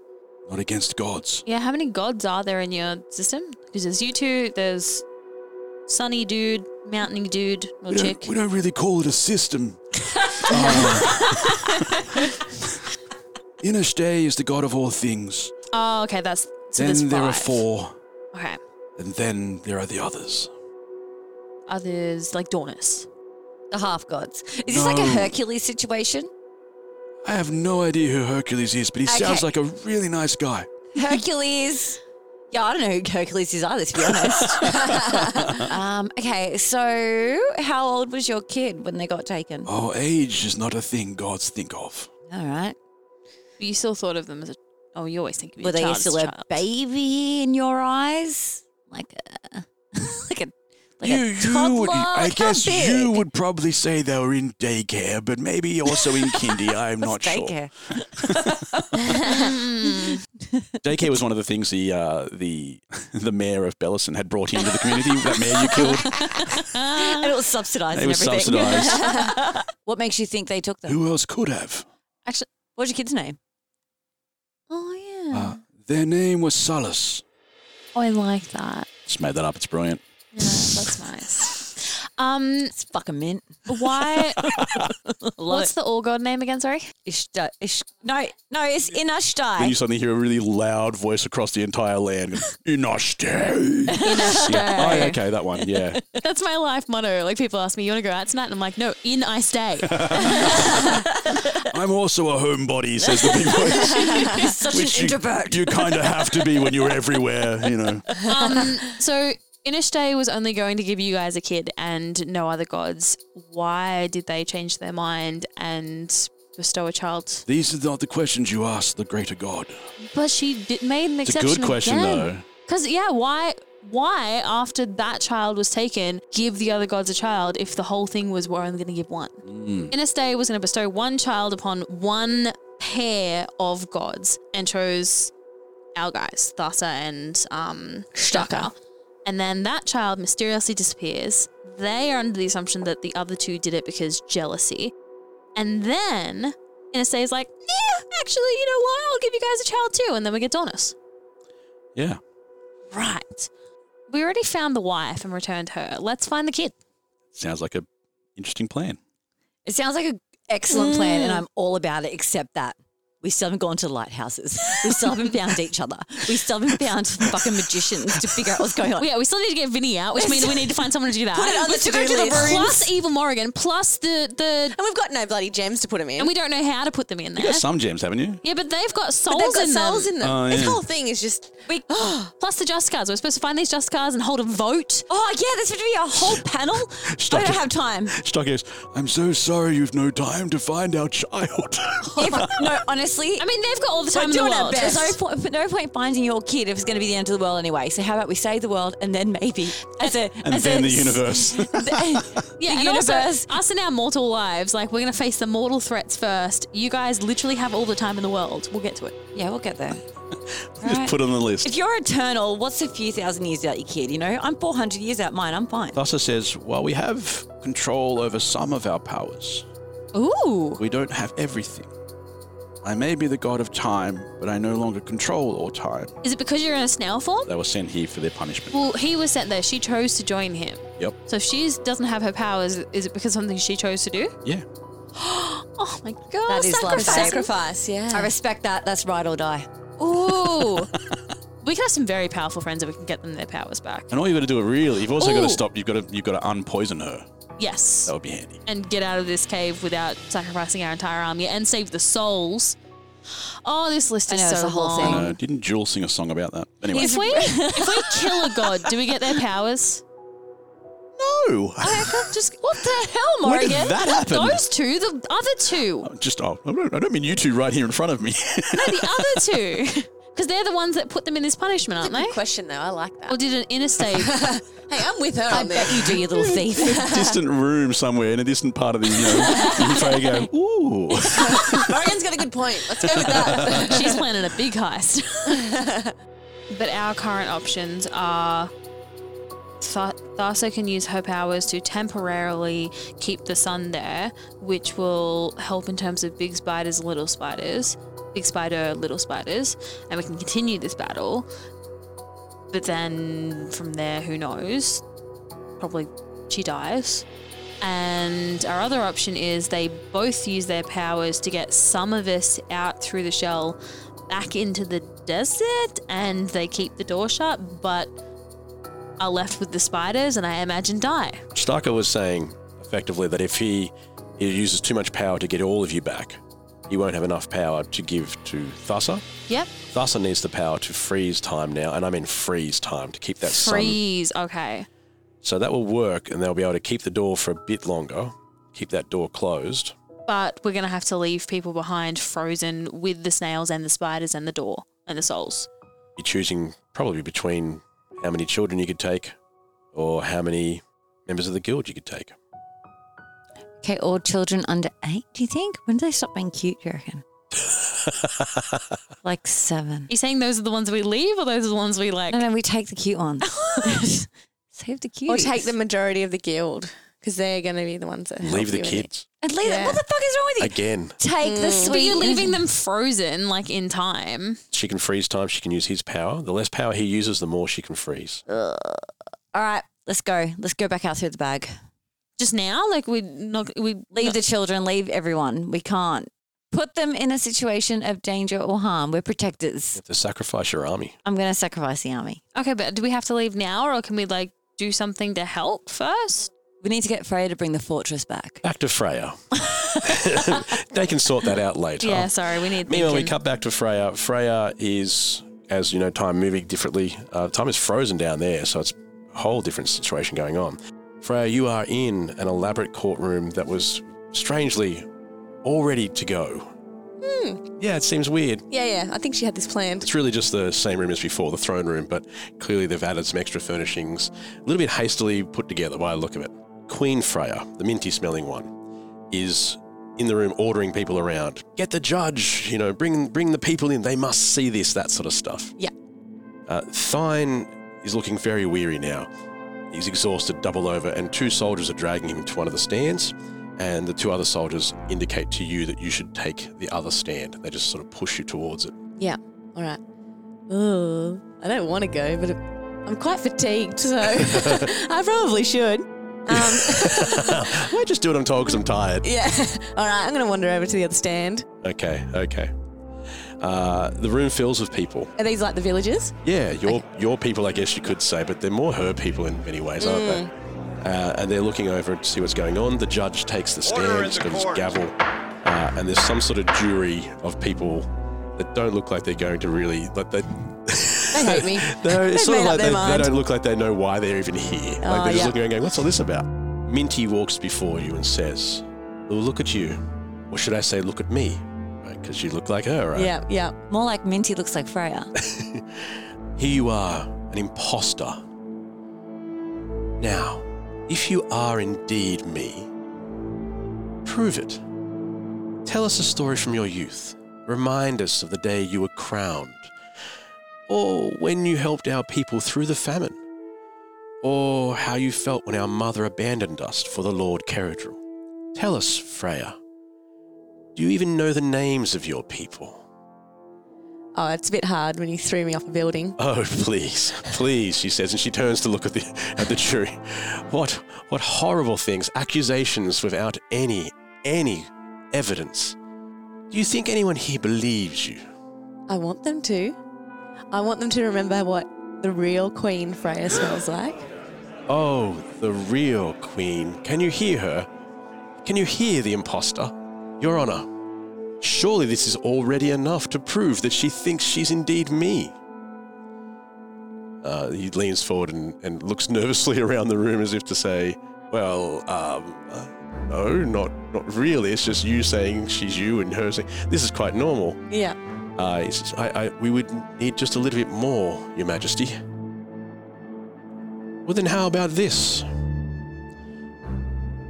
Speaker 12: Not against gods.
Speaker 9: Yeah, how many gods are there in your system? Because there's you two, there's sunny dude, mountain dude, or
Speaker 12: We
Speaker 9: chick.
Speaker 12: don't, we don't really call it a system. Uh, Inishte is the god of all things.
Speaker 9: Oh, okay, that's so there's
Speaker 12: then there are
Speaker 9: five.
Speaker 12: four,
Speaker 9: Okay,
Speaker 12: and then there are the others.
Speaker 9: others like Dornis.
Speaker 8: The half gods. Is this like a
Speaker 12: No.
Speaker 8: Hercules situation?
Speaker 12: I have no idea who Hercules is, but he sounds like a really nice guy.
Speaker 8: Hercules. Yeah, I don't know who Hercules is either, to be honest. um, okay, so how old was your kid when they got taken?
Speaker 12: Oh, age is not a thing gods think of.
Speaker 8: All right.
Speaker 9: But you still thought of them as a Oh, you always think of your
Speaker 8: Were they
Speaker 9: child's
Speaker 8: still a
Speaker 9: child.
Speaker 8: baby in your eyes? Like a, like a, like
Speaker 12: you,
Speaker 8: a
Speaker 12: you would,
Speaker 8: toddler?
Speaker 12: I
Speaker 8: Like, how
Speaker 12: guess
Speaker 8: big?
Speaker 12: you would probably say they were in daycare, but maybe also in kindy. I'm not sure.
Speaker 8: Daycare.
Speaker 6: Daycare was one of the things the uh, the the mayor of Bellison had brought into the community. that mayor you killed.
Speaker 8: and it was subsidised.
Speaker 6: It
Speaker 8: and
Speaker 6: was
Speaker 8: everything.
Speaker 6: subsidised.
Speaker 8: what makes you think they took them?
Speaker 12: Who else could have?
Speaker 8: Actually, what's your kid's name? Oh yeah.
Speaker 12: Uh, their name was Solace.
Speaker 9: Oh, I like that.
Speaker 6: Just made that up. It's brilliant.
Speaker 9: Yeah, that's nice. Um, it's
Speaker 8: fucking mint.
Speaker 9: Why? what's the all god name again? Sorry.
Speaker 8: Ishta, ish, no, no, it's
Speaker 6: Then you
Speaker 8: Inashtai.
Speaker 6: suddenly hear a really loud voice across the entire land. Inoshte.
Speaker 9: Inashtai.
Speaker 6: Oh, okay, that one. Yeah.
Speaker 9: That's my life motto. Like people ask me, "You want to go out tonight?" And I'm like, "No, in I stay."
Speaker 12: I'm also a homebody, says the big voice.
Speaker 9: such
Speaker 12: Which you- You, kind of have to be when you're everywhere, you know.
Speaker 9: um, so Inishte was only going to give you guys a kid and no other gods. Why did they change their mind and bestow a child?
Speaker 12: These are not the questions you ask the greater god.
Speaker 9: But she did, made an
Speaker 12: It's a good
Speaker 9: exception.
Speaker 12: question, though.
Speaker 9: Because yeah, why? Why after that child was taken, give the other gods a child if the whole thing was we're only going to give one?
Speaker 12: Mm.
Speaker 9: Inestay was going to bestow one child upon one pair of gods and chose our guys, Thassa and um, Shtaka. And then that child mysteriously disappears. They are under the assumption that the other two did it because jealousy. And then Inestay is like, yeah, actually, you know what? I'll give you guys a child too. And then we get Donis.
Speaker 6: Yeah.
Speaker 9: Right. We already found the wife and returned her. Let's find the kid.
Speaker 6: Sounds like a interesting plan.
Speaker 8: It sounds like an excellent plan, and
Speaker 9: Mm.
Speaker 8: I'm all about it, except that we still haven't gone to lighthouses. We still haven't found each other. We still haven't found fucking magicians to figure out what's going on.
Speaker 9: Yeah, we still need to get Vinny out, which means we need to find someone to do that.
Speaker 8: Put it on the
Speaker 9: We should
Speaker 8: to-do
Speaker 9: go
Speaker 8: list.
Speaker 9: Plus Evil Morrigan, plus the, the. And
Speaker 7: we've got no bloody gems to put them in.
Speaker 9: And we don't know how to put them in
Speaker 6: You
Speaker 9: there.
Speaker 6: got some gems, haven't you?
Speaker 9: yeah, but they've got
Speaker 7: But
Speaker 9: souls
Speaker 7: they've got
Speaker 9: in them.
Speaker 7: souls in them.
Speaker 6: Oh,
Speaker 7: This
Speaker 6: yeah.
Speaker 7: whole thing is just
Speaker 8: We,
Speaker 9: plus the just cards. We're supposed to find these just cards and hold a vote.
Speaker 8: Oh yeah, there's going to be a whole panel. I don't have time.
Speaker 12: Stock goes, I'm so sorry you've no time to find our child.
Speaker 8: If, no, honestly.
Speaker 9: I mean, they've got all the time in
Speaker 8: we're
Speaker 9: the
Speaker 8: doing
Speaker 9: world.
Speaker 8: Our best. There's no point, no point finding your kid if it's going to be the end of the world anyway. So how about we save the world and then maybe as a
Speaker 6: And
Speaker 8: as
Speaker 6: then
Speaker 8: a,
Speaker 6: the universe.
Speaker 9: yeah,
Speaker 8: the
Speaker 9: and
Speaker 8: universe.
Speaker 9: also us in our mortal lives, like we're gonna face the mortal threats first. You guys literally have all the time in the world. We'll get to it.
Speaker 8: Yeah, we'll get there.
Speaker 6: Just put it on the list.
Speaker 8: If you're eternal, what's a few thousand years out your kid? You know, I'm 400 years out mine. I'm fine.
Speaker 6: Thassa says, while we have control over some of our powers,
Speaker 9: Ooh.
Speaker 6: we don't have everything. I may be the god of time, but I no longer control all time.
Speaker 9: Is it because you're in a snail form?
Speaker 6: They were sent here for their punishment.
Speaker 9: Well, he was sent there. She chose to join him.
Speaker 6: Yep.
Speaker 9: So if she doesn't have her powers, is it because something she chose to do?
Speaker 6: Yeah.
Speaker 9: Oh my god.
Speaker 8: That is love.
Speaker 9: sacrifice.
Speaker 7: sacrifice, yeah.
Speaker 8: I respect that. That's ride or die.
Speaker 9: Ooh. we can have some very powerful friends if we can get them their powers back.
Speaker 6: And all you've got to do it really, you've also got
Speaker 9: Ooh.
Speaker 6: to stop, you've got to, you've got to unpoison her.
Speaker 9: Yes.
Speaker 6: That would be handy.
Speaker 9: and get out of this cave without sacrificing our entire army and save the souls. Oh, this list is
Speaker 8: know,
Speaker 9: so
Speaker 8: it's a whole
Speaker 9: long.
Speaker 8: thing.
Speaker 6: I know, uh, didn't Jewel sing a song about that? Anyway.
Speaker 9: If we if we kill a god, do we get their powers? Oh,
Speaker 6: no!
Speaker 9: Just what the hell,
Speaker 6: When
Speaker 9: Morgan?
Speaker 6: did that happen?
Speaker 9: Those two, the other two,
Speaker 6: Just, oh, I don't, I don't mean you two right here in front of me.
Speaker 9: no, the other two, because they're the ones that put them in this punishment, aren't
Speaker 7: Good
Speaker 9: they?
Speaker 7: question, though. I like that.
Speaker 9: Or did an inner state?
Speaker 7: hey, I'm with her
Speaker 8: I
Speaker 7: on this.
Speaker 8: bet you do, you little thief.
Speaker 6: distant room somewhere in a distant part of the, you know, fray going, ooh.
Speaker 7: Morgan's got a good point. Let's go with that.
Speaker 9: She's planning a big heist. but our current options are Tha- Thassa can use her powers to temporarily keep the sun there, which will help in terms of big spiders, little spiders, big spider, little spiders, and we can continue this battle. But then from there, who knows? Probably she dies. And our other option is they both use their powers to get some of us out through the shell back into the desert and they keep the door shut, but are left with the spiders and I imagine die.
Speaker 10: Starker was saying effectively that if he, he uses too much power to get all of you back, he won't have enough power to give to Thassa.
Speaker 9: Yep.
Speaker 10: Thassa needs the power to freeze time now, and I mean freeze time to keep that sun.
Speaker 9: Freeze. Okay.
Speaker 10: So that will work, and they'll be able to keep the door for a bit longer, keep that door closed,
Speaker 9: but we're going to have to leave people behind frozen with the snails and the spiders and the door and the souls.
Speaker 10: You're choosing probably between how many children you could take or how many members of the guild you could take.
Speaker 8: Okay, or children under eight, do you think? When do they stop being cute, do you reckon? like seven.
Speaker 9: Are you saying those are the ones we leave or those are the ones we like?
Speaker 8: No, no, we take the cute ones. Save the cute.
Speaker 7: Or take the majority of the guild because they're going to be the ones that help
Speaker 10: Leave the
Speaker 7: you with it.
Speaker 10: kids
Speaker 8: And leave them. What the fuck is wrong with you?
Speaker 10: again.
Speaker 8: Take the sweet.
Speaker 9: Mm. But you're leaving them frozen, like in time.
Speaker 10: She can freeze time. She can use his power. The less power he uses, the more she can freeze.
Speaker 8: All right, let's go. Let's go back out through the bag.
Speaker 9: Just now, like we not we
Speaker 8: Leave the children, leave everyone. We can't put them in a situation of danger or harm. We're protectors.
Speaker 10: To sacrifice your army.
Speaker 8: I'm going to sacrifice the army.
Speaker 9: Okay, but do we have to leave now, or can we like do something to help first?
Speaker 8: We need to get Freya to bring the fortress back.
Speaker 10: Back to Freya. they can sort that out later.
Speaker 8: Oh.
Speaker 9: Yeah, sorry, we need.
Speaker 10: Meanwhile, we
Speaker 9: thinking.
Speaker 10: cut back to Freya. Freya is, as you know, time moving differently. Uh, time is frozen down there, so it's a whole different situation going on. Freya, you are in an elaborate courtroom that was strangely all ready to go.
Speaker 7: Hmm.
Speaker 10: Yeah, it seems weird.
Speaker 7: Yeah, yeah. I think she had this planned.
Speaker 10: It's really just the same room as before, the throne room, but clearly they've added some extra furnishings, a little bit hastily put together by the look of it. Queen Freya, the minty smelling one, is in the room ordering people around. Get the judge, you know, bring bring the people in. They must see this, that sort of stuff.
Speaker 7: Yeah.
Speaker 10: Uh, Thine is looking very weary now. He's exhausted, double over, and two soldiers are dragging him to one of the stands. And the two other soldiers indicate to you that you should take the other stand. They just sort of push you towards it.
Speaker 7: Yeah. All right. Oh, I don't want to go, but I'm quite fatigued, so I probably should.
Speaker 10: I just do what I'm told because I'm tired.
Speaker 7: Yeah. All right. I'm going to wander over to the other stand.
Speaker 10: Okay, okay. Uh, the room fills with people.
Speaker 7: Are these like the villagers?
Speaker 10: Yeah, your your people, I guess you could say, but they're more her people in many ways, aren't they?
Speaker 7: Mm.
Speaker 10: Uh, and they're looking over to see what's going on. The judge takes the
Speaker 13: Order in
Speaker 10: stand,
Speaker 13: the
Speaker 10: with his
Speaker 13: court.
Speaker 10: gavel, uh, and there's some sort of jury of people that don't look like they're going to really like they.
Speaker 7: They hate me.
Speaker 10: No,
Speaker 7: They've
Speaker 10: it's sort of
Speaker 7: made up
Speaker 10: like
Speaker 7: their
Speaker 10: they, they
Speaker 7: mind.
Speaker 10: don't look like they know why they're even here. like
Speaker 7: Oh,
Speaker 10: they're just
Speaker 7: yeah.
Speaker 10: looking around going, what's all this about? Minty walks before you and says, well, look at you. Or should I say, look at me? Because you look like her, right?
Speaker 7: Yeah, yeah.
Speaker 8: More like Minty looks like Freya.
Speaker 10: Here you are, an imposter. Now, if you are indeed me, prove it. Tell us a story from your youth. Remind us of the day you were crowned, or when you helped our people through the famine, or how you felt when our mother abandoned us for the Lord Keradril. Tell us, Freya. Do you even know the names of your people?
Speaker 7: Oh, it's a bit hard when you threw me off a building.
Speaker 10: Oh, please, please, she says, and she turns to look at the at the jury. What what horrible things, accusations without any any evidence. Do you think anyone here believes you?
Speaker 7: I want them to. I want them to remember what the real Queen Freya smells like.
Speaker 10: Oh, the real queen. Can you hear her? Can you hear the imposter? Your honor. Surely this is already enough to prove that she thinks she's indeed me. Uh, he leans forward and, and looks nervously around the room as if to say, Well, um, uh, no, not, not really. It's just you saying she's you and her saying, This is quite normal.
Speaker 7: Yeah.
Speaker 10: Uh, he says, I, I, we would need just a little bit more, Your Majesty. Well, then, how about this?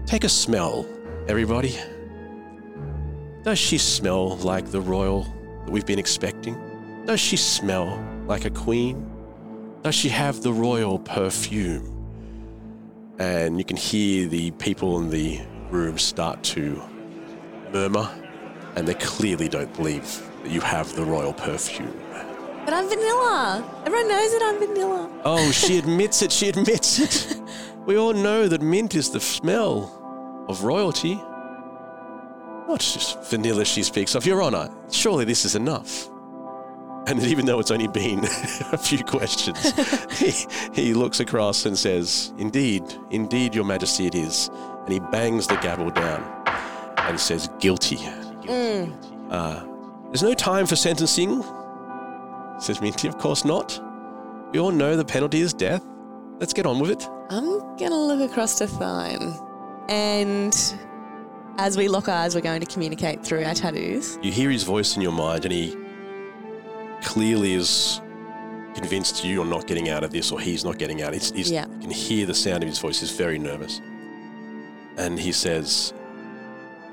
Speaker 10: Take a smell, everybody. Does she smell like the royal that we've been expecting? Does she smell like a queen? Does she have the royal perfume? And you can hear the people in the room start to murmur, and they clearly don't believe that you have the royal perfume.
Speaker 7: But I'm vanilla. Everyone knows that I'm vanilla.
Speaker 10: Oh, she admits it. She admits it. We all know that mint is the smell of royalty. Not just vanilla she speaks of. Your Honour, surely this is enough. And even though it's only been a few questions, he, he looks across and says, Indeed, indeed, Your Majesty, it is. And he bangs the gavel down and says, Guilty.
Speaker 7: Mm.
Speaker 10: Uh, There's no time for sentencing, says Minty. Of course not. We all know the penalty is death. Let's get on with it.
Speaker 7: I'm going to look across to Thine and As we lock eyes, we're going to communicate through our tattoos.
Speaker 10: You hear his voice in your mind, and he clearly is convinced you're not getting out of this, or he's not getting out. He's, he's,
Speaker 7: Yeah.
Speaker 10: You can hear the sound of his voice. He's very nervous. And he says,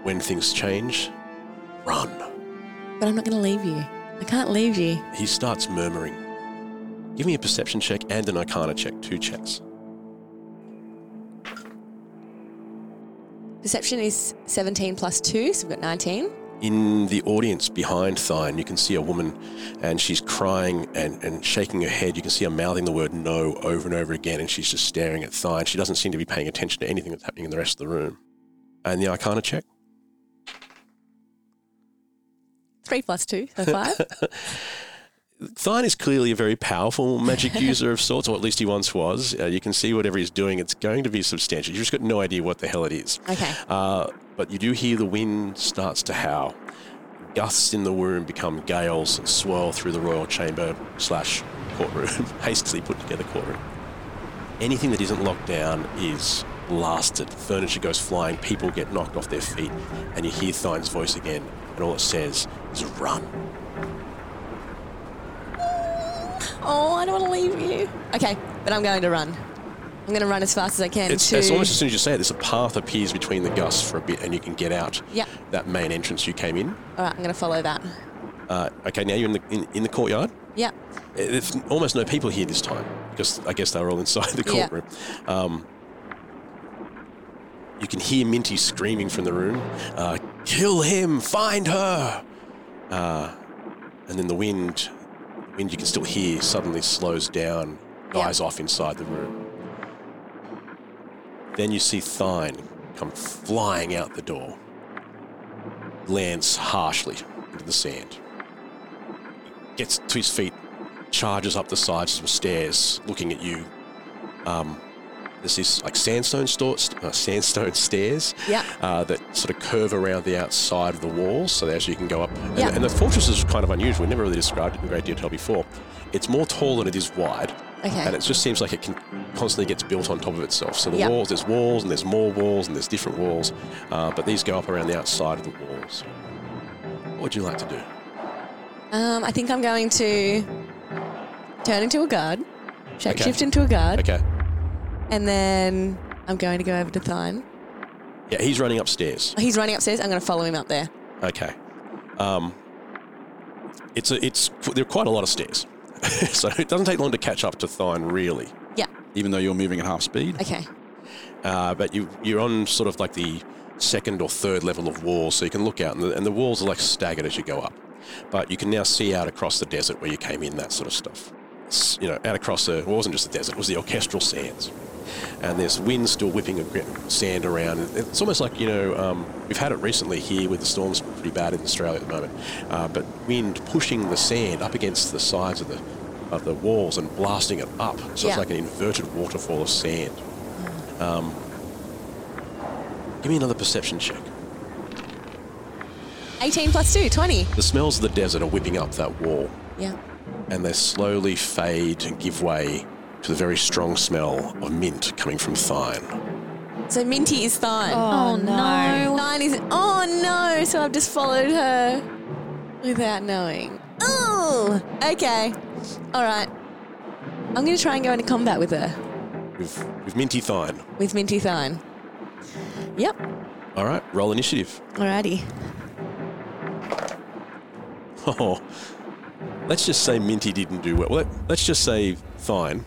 Speaker 10: When things change, run.
Speaker 7: But I'm not going to leave you. I can't leave you.
Speaker 10: He starts murmuring. Give me a perception check and an arcana check, two checks.
Speaker 7: Perception is 17 plus 2, so we've got 19.
Speaker 10: In the audience behind Thine, you can see a woman and she's crying and, and shaking her head. You can see her mouthing the word no over and over again, and she's just staring at Thine. She doesn't seem to be paying attention to anything that's happening in the rest of the room. And the arcana check?
Speaker 7: 3 plus 2, so 5.
Speaker 10: Thine is clearly a very powerful magic user of sorts, or at least he once was. Uh, you can see whatever he's doing, it's going to be substantial. You've just got no idea what the hell it is.
Speaker 7: Okay.
Speaker 10: Uh, but you do hear the wind starts to howl. Gusts in the room become gales and swirl through the royal chamber slash courtroom, hastily put together courtroom. Anything that isn't locked down is blasted. Furniture goes flying, people get knocked off their feet, and you hear Thine's voice again, and all it says is run.
Speaker 7: Oh, I don't want to leave you. Okay, but I'm going to run. I'm going to run as fast as I can.
Speaker 10: It's,
Speaker 7: to...
Speaker 10: it's almost as soon as you say it, there's a path appears between the gusts for a bit, and you can get out
Speaker 7: Yeah.
Speaker 10: that main entrance you came in.
Speaker 7: All right, I'm going to follow that.
Speaker 10: Uh, okay, now you're in the in, in the courtyard.
Speaker 7: Yeah.
Speaker 10: Eh, There's almost no people here this time because I guess they were all inside the
Speaker 7: Yeah.
Speaker 10: courtroom. Um, you can hear Minty screaming from the room, uh, "Kill him! Find her!" Uh, and then the wind, wind you can still hear, suddenly slows down, dies off inside the room. Then you see Thine come flying out the door, lands harshly into the sand, gets to his feet, charges up the sides of the stairs, looking at you. Um, there's these like sandstone sto- uh, sandstone stairs
Speaker 7: Yeah.
Speaker 10: uh, that sort of curve around the outside of the walls, so that actually you can go up. And,
Speaker 7: Yeah.
Speaker 10: and the fortress is kind of unusual. We never really described it in great detail before. It's more tall than it is wide.
Speaker 7: Okay.
Speaker 10: And it just seems like it can constantly gets built on top of itself. So the
Speaker 7: Yeah.
Speaker 10: walls, there's walls, and there's more walls, and there's different walls. Uh, but these go up around the outside of the walls. What would you like to do?
Speaker 7: Um, I think I'm going to turn into a guard, shape
Speaker 10: Okay.
Speaker 7: shift into a guard,
Speaker 10: Okay.
Speaker 7: and then I'm going to go over to Thine. Oh,
Speaker 10: Yeah, he's running upstairs.
Speaker 7: He's running upstairs. I'm going to follow him up there.
Speaker 10: Okay. Um, it's a, it's there are quite a lot of stairs, so it doesn't take long to catch up to Thine really.
Speaker 7: Yeah.
Speaker 10: Even though you're moving at half speed.
Speaker 7: Okay.
Speaker 10: Uh, but you you're on sort of like the second or third level of walls, so you can look out, and the, and the walls are like staggered as you go up. But you can now see out across the desert where you came in, that sort of stuff. It's, you know, out across the it wasn't just the desert; it was the orchestral sands. And there's wind still whipping agri- sand around. It's almost like you know um, we've had it recently here, where the storms pretty bad in Australia at the moment. Uh, but wind pushing the sand up against the sides of the of the walls and blasting it up, so
Speaker 13: Yeah.
Speaker 10: it's like an inverted waterfall of sand. Um, give me another perception check.
Speaker 7: 18 plus 2, 20.
Speaker 10: The smells of the desert are whipping up that wall,
Speaker 7: Yeah.
Speaker 10: and they slowly fade and give way to the very strong smell of mint coming from Thine.
Speaker 7: So Minty is Thine.
Speaker 9: Oh, Oh, no. no.
Speaker 7: Thine is. Oh no! So I've just followed her without knowing. Oh. Okay. All right. I'm going to try and go into combat with her
Speaker 10: With, with minty Thine.
Speaker 7: with Minty Thine. Yep.
Speaker 10: All right, roll initiative.
Speaker 7: Alrighty.
Speaker 10: Oh, let's just say Minty didn't do well. Let, let's just say Thine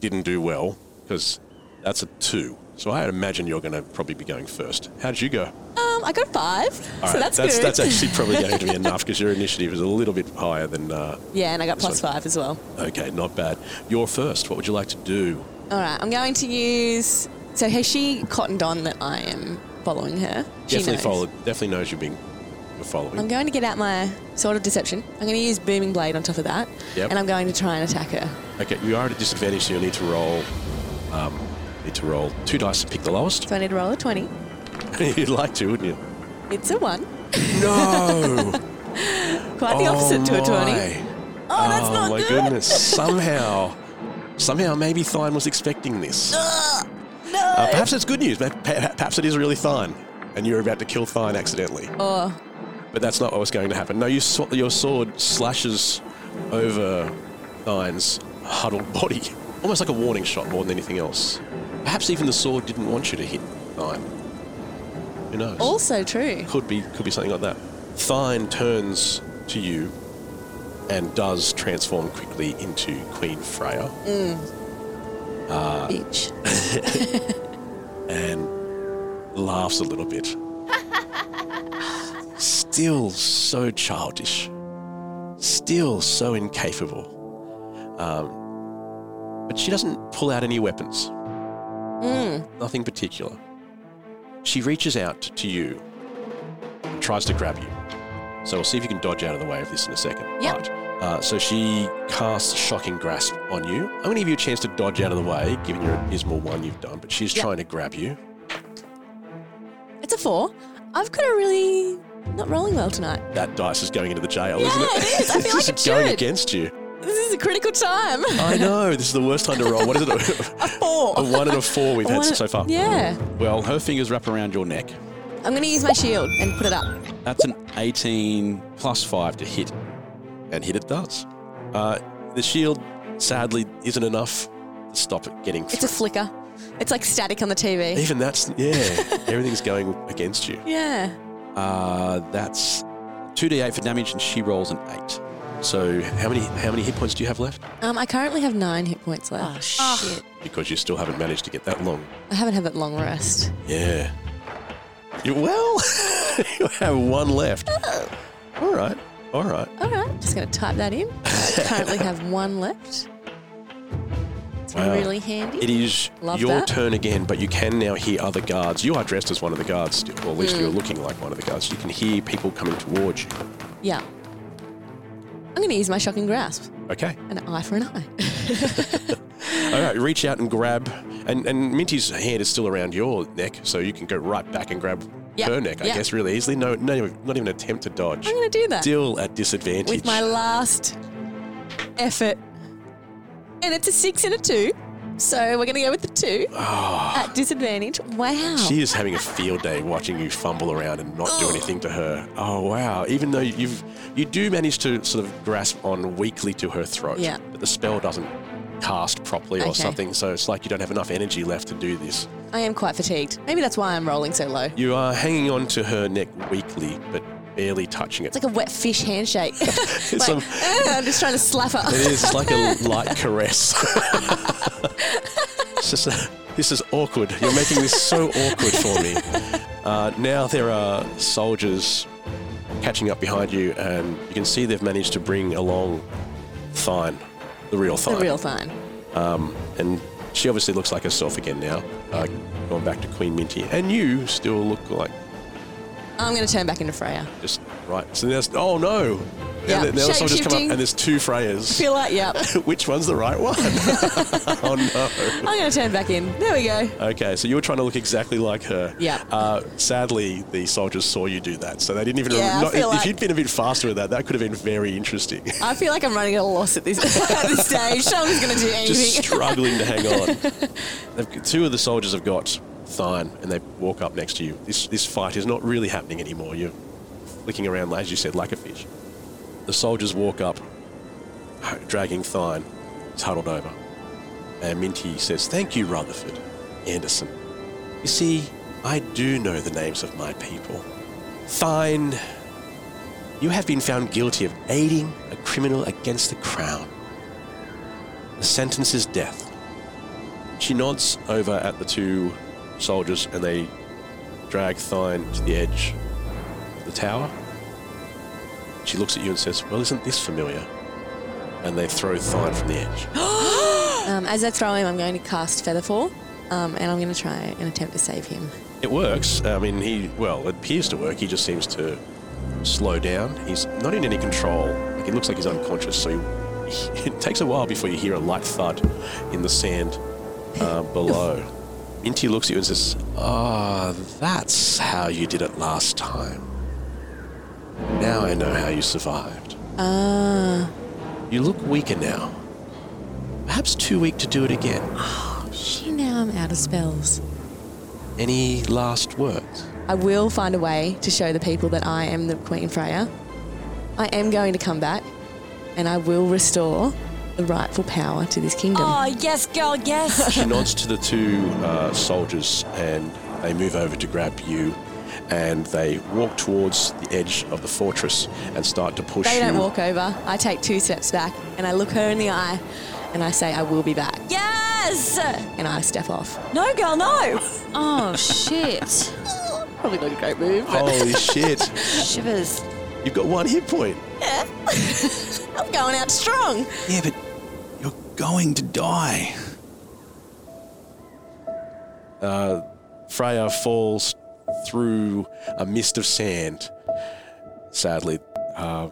Speaker 10: didn't do well because that's a two. So I imagine you're going to probably be going first. How did you go?
Speaker 7: Um, I got five. so
Speaker 10: All right,
Speaker 7: that's,
Speaker 10: that's
Speaker 7: good.
Speaker 10: actually probably going to be enough because your initiative is a little bit higher than. Uh,
Speaker 7: Yeah, and I got
Speaker 10: this
Speaker 7: plus
Speaker 10: one.
Speaker 7: five as well.
Speaker 10: Okay, not bad. You're first. What would you like to do?
Speaker 7: All right, I'm going to use. So has she cottoned on that I am following her? She
Speaker 10: definitely
Speaker 7: knows. Um,
Speaker 10: follow. Definitely knows you're being you're following.
Speaker 7: I'm going to get out my sword of deception. I'm going to use booming blade on top of that,
Speaker 10: Yep.
Speaker 7: and I'm going to try and attack her.
Speaker 10: okay, you are at a disadvantage, so you need to roll. Um, need to roll two dice to pick the lowest.
Speaker 7: So I need to roll a twenty.
Speaker 10: You'd like to, wouldn't you?
Speaker 7: It's a one.
Speaker 10: No.
Speaker 7: Quite the opposite to a twenty.
Speaker 10: my. Oh, that's not my goodness. Somehow, somehow, maybe Thine was expecting this.
Speaker 7: No.
Speaker 10: Uh, perhaps it's good news. but pe- Perhaps it is really Thine. and you were about to kill Thine accidentally.
Speaker 7: Oh,
Speaker 10: But that's not what was going to happen. No, you sw- your sword slashes over Thine's huddled body, almost like a warning shot more than anything else. Perhaps even the sword didn't want you to hit Thine. Who knows?
Speaker 7: also true.
Speaker 10: Could be, could be something like that. Thine turns to you and does transform quickly into Queen Freya.
Speaker 7: Mm.
Speaker 10: Uh,
Speaker 7: Bitch.
Speaker 10: and laughs a little bit. Still so childish. Still so incapable. Um, but she doesn't pull out any weapons,
Speaker 7: Mm.
Speaker 10: nothing particular. She reaches out to you and tries to grab you. So we'll see if you can dodge out of the way of this in a second.
Speaker 8: Yep.
Speaker 10: Uh, so she casts Shocking Grasp on you. I'm going to give you a chance to dodge out of the way, given your abysmal one you've done, but she's
Speaker 7: Yep.
Speaker 10: trying to grab you.
Speaker 7: It's a four. I've got a really not rolling well tonight.
Speaker 10: That dice is going into the jail, isn't
Speaker 7: Yeah,
Speaker 10: it?
Speaker 7: it is. I feel
Speaker 10: it's
Speaker 7: like
Speaker 10: just
Speaker 7: it
Speaker 10: going
Speaker 7: should.
Speaker 10: against you.
Speaker 7: This is a critical time.
Speaker 10: I know. This is the worst time to roll. What is it?
Speaker 7: a four.
Speaker 10: a one and a four we've
Speaker 7: A
Speaker 10: had
Speaker 7: one-
Speaker 10: so far.
Speaker 7: Yeah.
Speaker 6: Well, her fingers wrap around your neck.
Speaker 7: I'm going to use my shield and put it up.
Speaker 6: That's an 18 plus 5 to hit.
Speaker 10: And hit it does. Uh, the shield, sadly, isn't enough to stop it getting.
Speaker 7: It's a flicker. It's like static on the TV.
Speaker 10: Even that's yeah. everything's going against you.
Speaker 7: Yeah.
Speaker 10: Uh, that's two d8 for damage, and she rolls an eight. So how many how many hit points do you have left?
Speaker 7: Um, I currently have nine hit points left.
Speaker 10: Oh,
Speaker 8: shit.
Speaker 10: Because you still haven't managed to get that long.
Speaker 7: I haven't had that long rest.
Speaker 10: Yeah. You, well, you have one left.
Speaker 7: Oh.
Speaker 10: All right. All right.
Speaker 7: All right. Just going to type that in. currently have one left. It's been
Speaker 10: Wow.
Speaker 7: really handy.
Speaker 10: It is
Speaker 7: Love
Speaker 10: your
Speaker 7: that.
Speaker 10: turn again, but you can now hear other guards. You are dressed as one of the guards still, or at least
Speaker 7: Mm.
Speaker 10: you're looking like one of the guards. You can hear people coming towards you.
Speaker 7: Yeah. I'm going to use my shocking grasp.
Speaker 10: Okay.
Speaker 7: An eye for an eye.
Speaker 10: All right, reach out and grab. And, and Minty's hand is still around your neck, so you can go right back and grab
Speaker 7: Yep,
Speaker 10: her neck, I
Speaker 7: yep.
Speaker 10: guess, really easily. No, no, not even attempt to dodge.
Speaker 7: I'm going to do that
Speaker 10: Still at disadvantage.
Speaker 7: with my last effort. And it's a six and a two. So we're going to go with the two
Speaker 10: Oh.
Speaker 7: at disadvantage. Wow.
Speaker 10: She is having a field day watching you fumble around and not do anything to her. Oh wow! Even though you've you do manage to sort of grasp on weakly to her throat,
Speaker 7: Yeah.
Speaker 10: but the spell doesn't cast properly
Speaker 7: Okay.
Speaker 10: or something. So it's like you don't have enough energy left to do this.
Speaker 7: I am quite fatigued. Maybe that's why I'm rolling so low.
Speaker 10: You are hanging on to her neck weakly, but barely touching it.
Speaker 7: It's like a wet fish handshake. like,
Speaker 10: Some-
Speaker 7: "Ah," I'm just trying to slap her.
Speaker 10: it is it's like a light caress. It's just a- this is awkward. You're making this so awkward for me. Uh, now there are soldiers catching up behind you, and you can see they've managed to bring along Thine, the real
Speaker 7: The
Speaker 10: Thine.
Speaker 7: real fine.
Speaker 10: Um, and she obviously looks like herself again now, uh, going back to Queen Minty. And you still look like
Speaker 7: I'm going to turn back into Freya.
Speaker 10: just right. So there's oh no.
Speaker 7: Yeah,
Speaker 10: And now the soldiers come up,
Speaker 7: shape-shifting.
Speaker 10: and there's two Freyas.
Speaker 7: Feel like, yep.
Speaker 10: Which one's the right one? oh no.
Speaker 7: I'm going to turn back in. There we go.
Speaker 10: Okay, so you were trying to look exactly like her.
Speaker 7: Yeah.
Speaker 10: Uh, sadly, the soldiers saw you do that, so they didn't even.
Speaker 7: Yeah, I
Speaker 10: not-
Speaker 7: feel
Speaker 10: if
Speaker 7: like-
Speaker 10: you'd been a bit faster at that, that could have been very interesting.
Speaker 7: I feel like I'm running at a loss at this, at this stage. Someone's going to do anything.
Speaker 10: Just struggling to hang on. They've, two of the soldiers have got Thine, and they walk up next to you. This this fight is not really happening anymore. You're flicking around, as you said, like a fish. The soldiers walk up, dragging Thine, who's huddled over. And Minty says, Thank you, Rutherford, Anderson. You see, I do know the names of my people. Thine, you have been found guilty of aiding a criminal against the crown. The sentence is death. She nods over at the two soldiers and they drag Thine to the edge of the tower. She looks at you and says, Well, isn't this familiar? And they throw Thine from the edge.
Speaker 7: um, as I throw him, I'm going to cast Featherfall. Um, and I'm going to try and attempt to save him.
Speaker 10: It works. I mean, he, well, it appears to work. He just seems to slow down. He's not in any control. Like, he looks like he's unconscious, so he, it takes a while before you hear a light thud in the sand uh, below. Minty looks at you and says, Ah, that's how you did it last time. Now I know how you survived.
Speaker 7: Ah.
Speaker 10: You look weaker now. Perhaps too weak to do it again.
Speaker 7: She now I'm out of spells.
Speaker 10: Any last words?
Speaker 7: I will find a way to show the people that I am the Queen Freya. I am going to come back and I will restore the rightful power to this kingdom.
Speaker 8: Oh, yes, girl, yes.
Speaker 10: She nods to the two uh, soldiers and they move over to grab you and they walk towards the edge of the fortress and start to push
Speaker 7: They
Speaker 10: you.
Speaker 7: don't walk over. I take two steps back and I look her in the eye and I say, I will be back.
Speaker 8: Yes!
Speaker 7: And I step off.
Speaker 8: No, girl, no. Oh, shit.
Speaker 7: Probably not a great move.
Speaker 10: Holy shit.
Speaker 8: Shivers.
Speaker 10: You've got one hit point.
Speaker 7: Yeah. I'm going out strong.
Speaker 12: Yeah, but you're going to die.
Speaker 10: Uh, Freya falls through a mist of sand. Sadly, uh,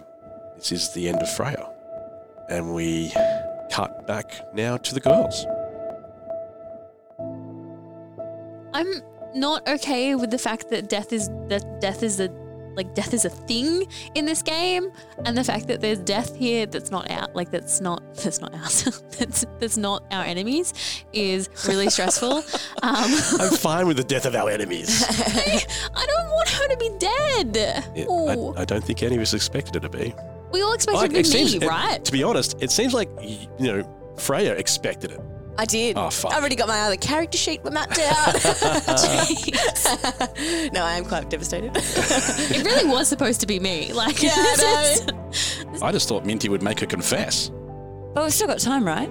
Speaker 10: this is the end of Freya. And we cut back now to the girls.
Speaker 9: I'm not okay with the fact that death is that death is a like death is a thing in this game, and the fact that there's death here that's not out like that's not that's not ours that's that's not our enemies is really stressful. um,
Speaker 10: I'm fine with the death of our enemies.
Speaker 9: I, I don't want her to be dead.
Speaker 10: It-
Speaker 9: Ooh.
Speaker 10: I, I don't think any of us expected it to be.
Speaker 9: we all expected
Speaker 10: I-
Speaker 9: it to be me,
Speaker 10: seems- it-
Speaker 9: right?
Speaker 10: to be honest, it seems like y- you know Freya expected it.
Speaker 7: I did.
Speaker 10: Oh, fuck.
Speaker 7: I already got my other character sheet mapped out. no, I am quite devastated.
Speaker 9: it really was supposed to be me. Like,
Speaker 7: Yeah, I
Speaker 9: this is-
Speaker 6: I just thought Minty would make her confess.
Speaker 8: But we've still got time, right?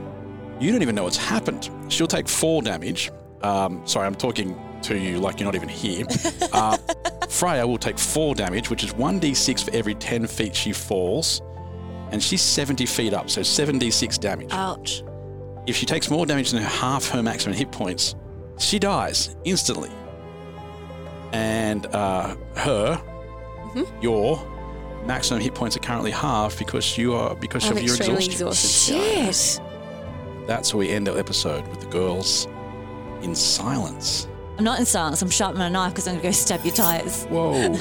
Speaker 6: You don't even know what's happened. She'll take four damage. Um, sorry, I'm talking to you like you're not even here. Uh, Freya will take four damage, which is 1d6 for every 10 feet she falls. And she's 70 feet up, so 7d6 damage.
Speaker 8: Ouch.
Speaker 6: If she takes more damage than half her maximum hit points, she dies instantly. And uh, her,
Speaker 7: Mm-hmm.
Speaker 6: your maximum hit points are currently halved because you are because
Speaker 7: I'm
Speaker 6: of your
Speaker 7: extremely
Speaker 6: exhaustion.
Speaker 7: exhausted. Shit.
Speaker 6: That's where we end our episode with the girls in silence.
Speaker 8: I'm not in silence. I'm sharpening a knife because I'm going to go stab your tires.
Speaker 6: Whoa.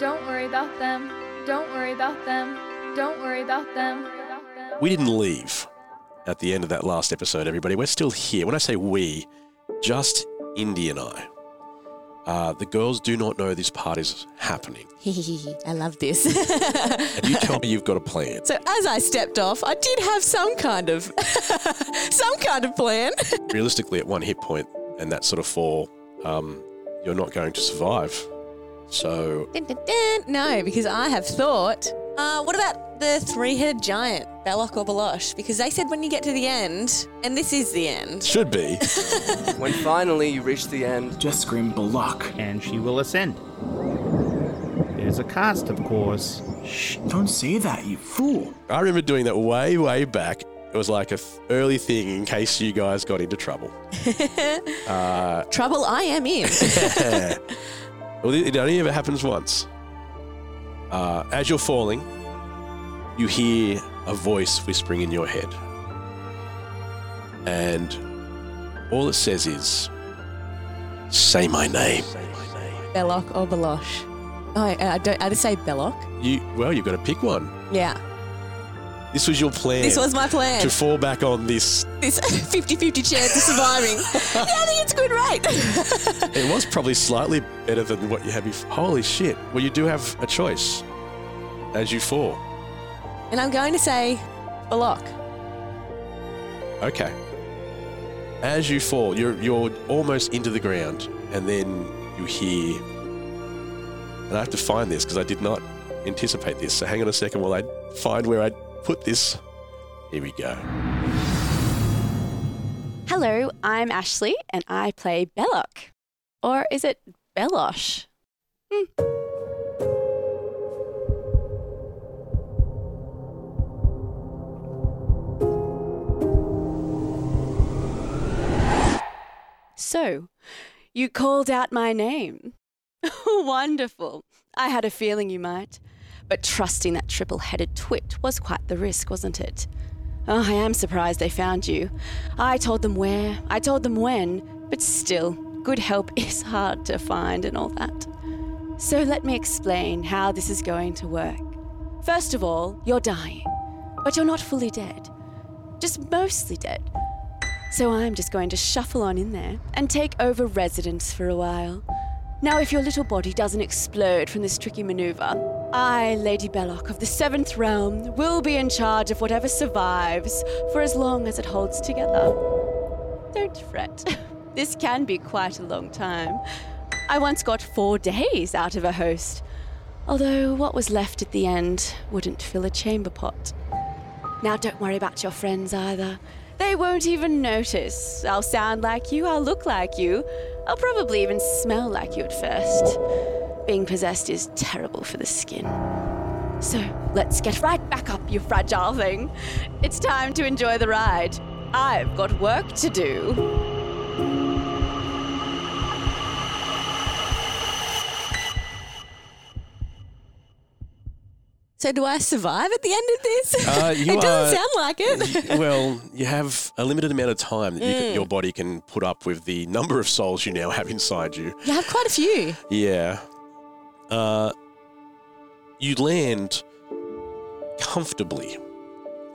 Speaker 13: Don't worry about them. Don't worry about them. Don't worry about them.
Speaker 10: We didn't leave at the end of that last episode, everybody. We're still here. When I say we, just Indy and I. Uh, the girls do not know this part is happening.
Speaker 7: I love this.
Speaker 10: And you tell me you've got a plan.
Speaker 7: So as I stepped off, I did have some kind of some kind of plan.
Speaker 10: Realistically, at one hit point and that sort of fall, um, you're not going to survive. So
Speaker 7: Dun, dun, dun. No, because I have thought. Uh, what about the three-headed giant, Belloc or Balosh? Because they said when you get to the end, and this is the end.
Speaker 10: Should be.
Speaker 14: when finally you reach the end, just scream Balak.
Speaker 15: And she will ascend. There's a cost, of course. Shh, don't say that, you fool.
Speaker 10: I remember doing that way, way back. It was like a th- early thing in case you guys got into trouble. uh,
Speaker 7: Trouble I am in. Uh,
Speaker 10: well, it it only ever happens once. Uh, as you're falling, you hear a voice whispering in your head. And all it says is, Say my name.
Speaker 7: Belloc or Balosh? Oh, I, I don't. I just say Belloc.
Speaker 10: You Well, you've got to pick one.
Speaker 7: Yeah.
Speaker 10: This was your plan.
Speaker 7: This was my plan.
Speaker 10: To fall back on this.
Speaker 7: This 50-50 chance of surviving. yeah, I think it's good, right?
Speaker 10: It was probably slightly better than what you had before. Holy shit. Well, you do have a choice as you fall.
Speaker 7: and I'm going to say Belloc.
Speaker 10: Okay. As you fall, you're you're almost into the ground, and then you hear. And I have to find this because I did not anticipate this. So hang on a second while I find where I put this. Here we go.
Speaker 16: Hello, I'm Ashley and I play Belloc. Or is it Hmm. Belosh? So, you called out my name. Wonderful. I had a feeling you might. But trusting that triple headed twit was quite the risk, wasn't it? Oh, I am surprised they found you. I told them where, I told them when, but still, good help is hard to find and all that. So let me explain how this is going to work. First of all, you're dying, but you're not fully dead, just mostly dead. So I'm just going to shuffle on in there and take over residence for a while. Now, if your little body doesn't explode from this tricky maneuver, I, Lady Belloc of the Seventh Realm, will be in charge of whatever survives for as long as it holds together. Don't fret. This can be quite a long time. I once got four days out of a host, although what was left at the end wouldn't fill a chamber pot. Now, don't worry about your friends either. They won't even notice. I'll sound like you, I'll look like you, I'll probably even smell like you at first. Being possessed is terrible for the skin. So, let's get right back up, you fragile thing. It's time to enjoy the ride. I've got work to do.
Speaker 7: So do I survive at the end of this?
Speaker 10: Uh, you
Speaker 7: it doesn't
Speaker 10: are-
Speaker 7: sound like it.
Speaker 10: well, you have a limited amount of time that you can,
Speaker 7: Mm.
Speaker 10: your body can put up with the number of souls you now have inside you.
Speaker 7: you have quite a few.
Speaker 10: Yeah. Uh, you land comfortably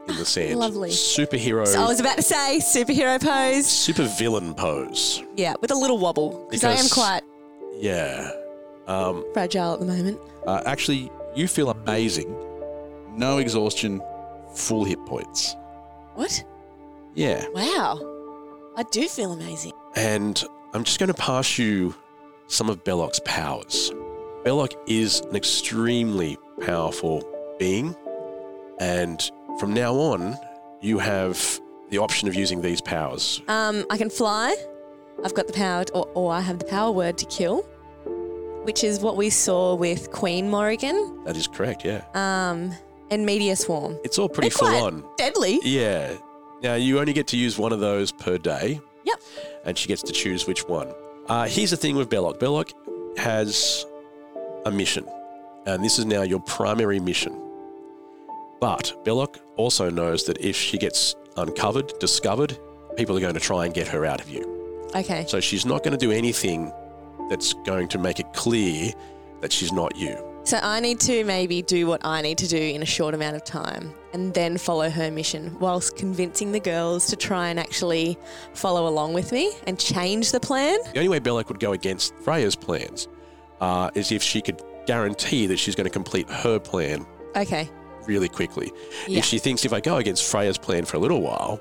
Speaker 10: in the sand.
Speaker 7: Ah, Lovely.
Speaker 10: Superhero.
Speaker 7: So I was about to say superhero pose.
Speaker 10: Super villain pose.
Speaker 7: Yeah, with a little wobble because I am
Speaker 10: Because-
Speaker 7: quite
Speaker 10: Yeah. Um,
Speaker 7: fragile at the moment.
Speaker 6: Uh, actually, you feel amazing. No exhaustion, full hit points.
Speaker 7: What?
Speaker 10: yeah.
Speaker 7: Wow. I do feel amazing.
Speaker 10: And I'm just going to pass you some of Belloc's powers. Belloc is an extremely powerful being, and from now on, you have the option of using these powers.
Speaker 7: Um, I can fly. I've got the power, to, or, or I have the power word to kill, which is what we saw with Queen Morrigan
Speaker 10: That is correct, yeah.
Speaker 7: um, and Meteor Swarm.
Speaker 10: It's all pretty
Speaker 7: They're
Speaker 10: full
Speaker 7: quite
Speaker 10: on.
Speaker 7: Deadly.
Speaker 10: Yeah. Now, you only get to use one of those per day.
Speaker 7: Yep.
Speaker 10: And she gets to choose which one. Uh, here's the thing with Belloc Belloc has a mission, and this is now your primary mission. But Belloc also knows that if she gets uncovered, discovered, people are going to try and get her out of you.
Speaker 7: Okay.
Speaker 10: So she's not going to do anything that's going to make it clear that she's not you.
Speaker 7: So I need to maybe do what I need to do in a short amount of time and then follow her mission whilst convincing the girls to try and actually follow along with me and change the plan.
Speaker 10: The only way Belloc would go against Freya's plans uh, is if she could guarantee that she's going to complete her plan
Speaker 7: Okay.
Speaker 10: really quickly.
Speaker 7: Yeah.
Speaker 10: If she thinks if I go against Freya's plan for a little while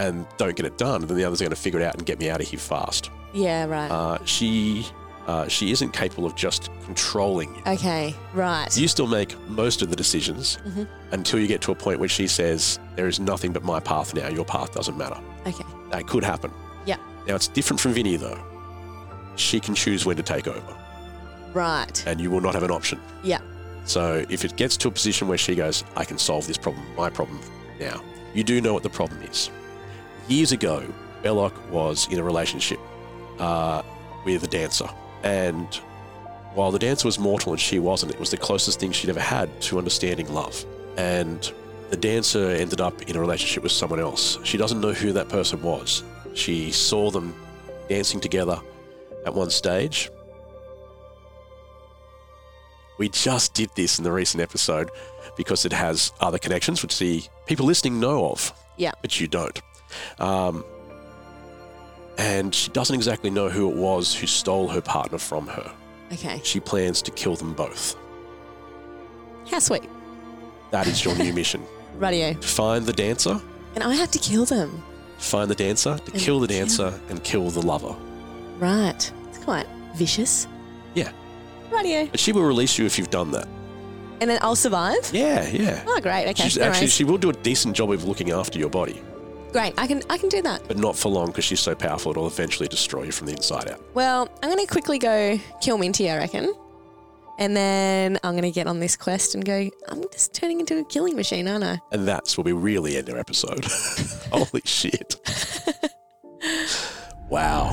Speaker 10: and don't get it done, then the others are going to figure it out and get me out of here fast.
Speaker 7: Yeah, right.
Speaker 10: Uh, she uh, she isn't capable of just controlling you.
Speaker 7: okay, right.
Speaker 10: You still make most of the decisions
Speaker 7: Mhm.
Speaker 10: until you get to a point where she says there is nothing but my path now. Your path doesn't matter.
Speaker 7: Okay.
Speaker 10: That could happen.
Speaker 7: Yeah.
Speaker 10: Now it's different from Vinny though. She can choose when to take over,
Speaker 7: Right.
Speaker 10: and you will not have an option.
Speaker 7: Yeah.
Speaker 10: So if it gets to a position where she goes, I can solve this problem, my problem now, you do know what the problem is. Years ago, Belloc was in a relationship uh, with a dancer. And while the dancer was mortal and she wasn't, it was the closest thing she'd ever had to understanding love. And the dancer ended up in a relationship with someone else. She doesn't know who that person was. She saw them dancing together at one stage we just did this in the recent episode because it has other connections, which the people listening know of,
Speaker 7: Yeah.
Speaker 10: but you don't. Um, and she doesn't exactly know who it was who stole her partner from her.
Speaker 7: Okay.
Speaker 10: She plans to kill them both.
Speaker 7: How sweet.
Speaker 10: That is your new mission.
Speaker 7: Radio.
Speaker 10: Find the dancer,
Speaker 7: And I have to kill them.
Speaker 10: find the dancer, to
Speaker 7: And
Speaker 10: kill the
Speaker 7: kill-
Speaker 10: dancer, and kill the lover.
Speaker 7: Right. It's quite vicious.
Speaker 10: Yeah.
Speaker 7: Radio.
Speaker 10: But she will release you if you've done that.
Speaker 7: And then I'll survive?
Speaker 10: Yeah, yeah.
Speaker 7: Oh, great. Okay.
Speaker 10: She's,
Speaker 7: no
Speaker 10: actually,
Speaker 7: worries.
Speaker 10: she will do a decent job of looking after your body,
Speaker 7: Great. I can I can do that.
Speaker 10: but not for long because she's so powerful, it'll eventually destroy you from the inside out.
Speaker 7: Well, I'm going to quickly go kill Minty, I reckon. And then I'm going to get on this quest and go, I'm just turning into a killing machine, aren't I?
Speaker 10: And that's where we really end our episode. Holy shit. wow.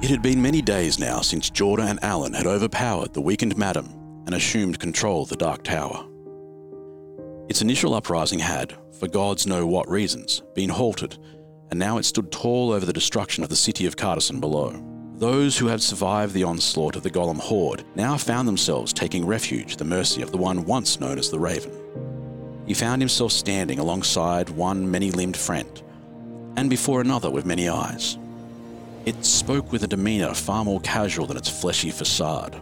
Speaker 12: It had been many days now since Jorda and Alan had overpowered the weakened madam and assumed control of the Dark Tower. Its initial uprising had, for gods know what reasons, been halted, and now it stood tall over the destruction of the city of Cardison below. Those who had survived the onslaught of the Golem Horde now found themselves taking refuge at the mercy of the one once known as the Raven. He found himself standing alongside one many limbed friend, and before another with many eyes. It spoke with a demeanour far more casual than its fleshy facade.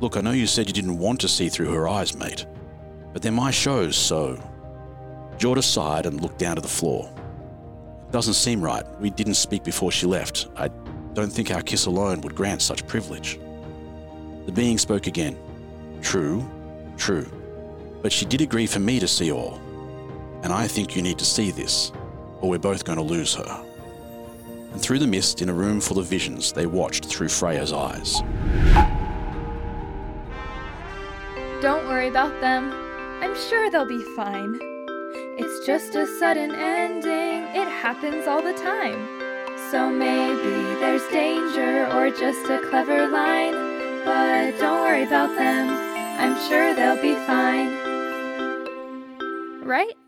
Speaker 12: Look, I know you said you didn't want to see through her eyes, mate, but they're my shows, so. Jorda sighed and looked down to the floor. Doesn't seem right. We didn't speak before she left. I don't think our kiss alone would grant such privilege. The being spoke again. True, true. But she did agree for me to see all. And I think you need to see this, or we're both going to lose her. And through the mist, in a room full of visions, they watched through Freya's eyes.
Speaker 13: Don't worry about them. I'm sure they'll be fine. It's just a sudden ending, it happens all the time. So maybe there's danger or just a clever line. But don't worry about them, I'm sure they'll be fine. Right?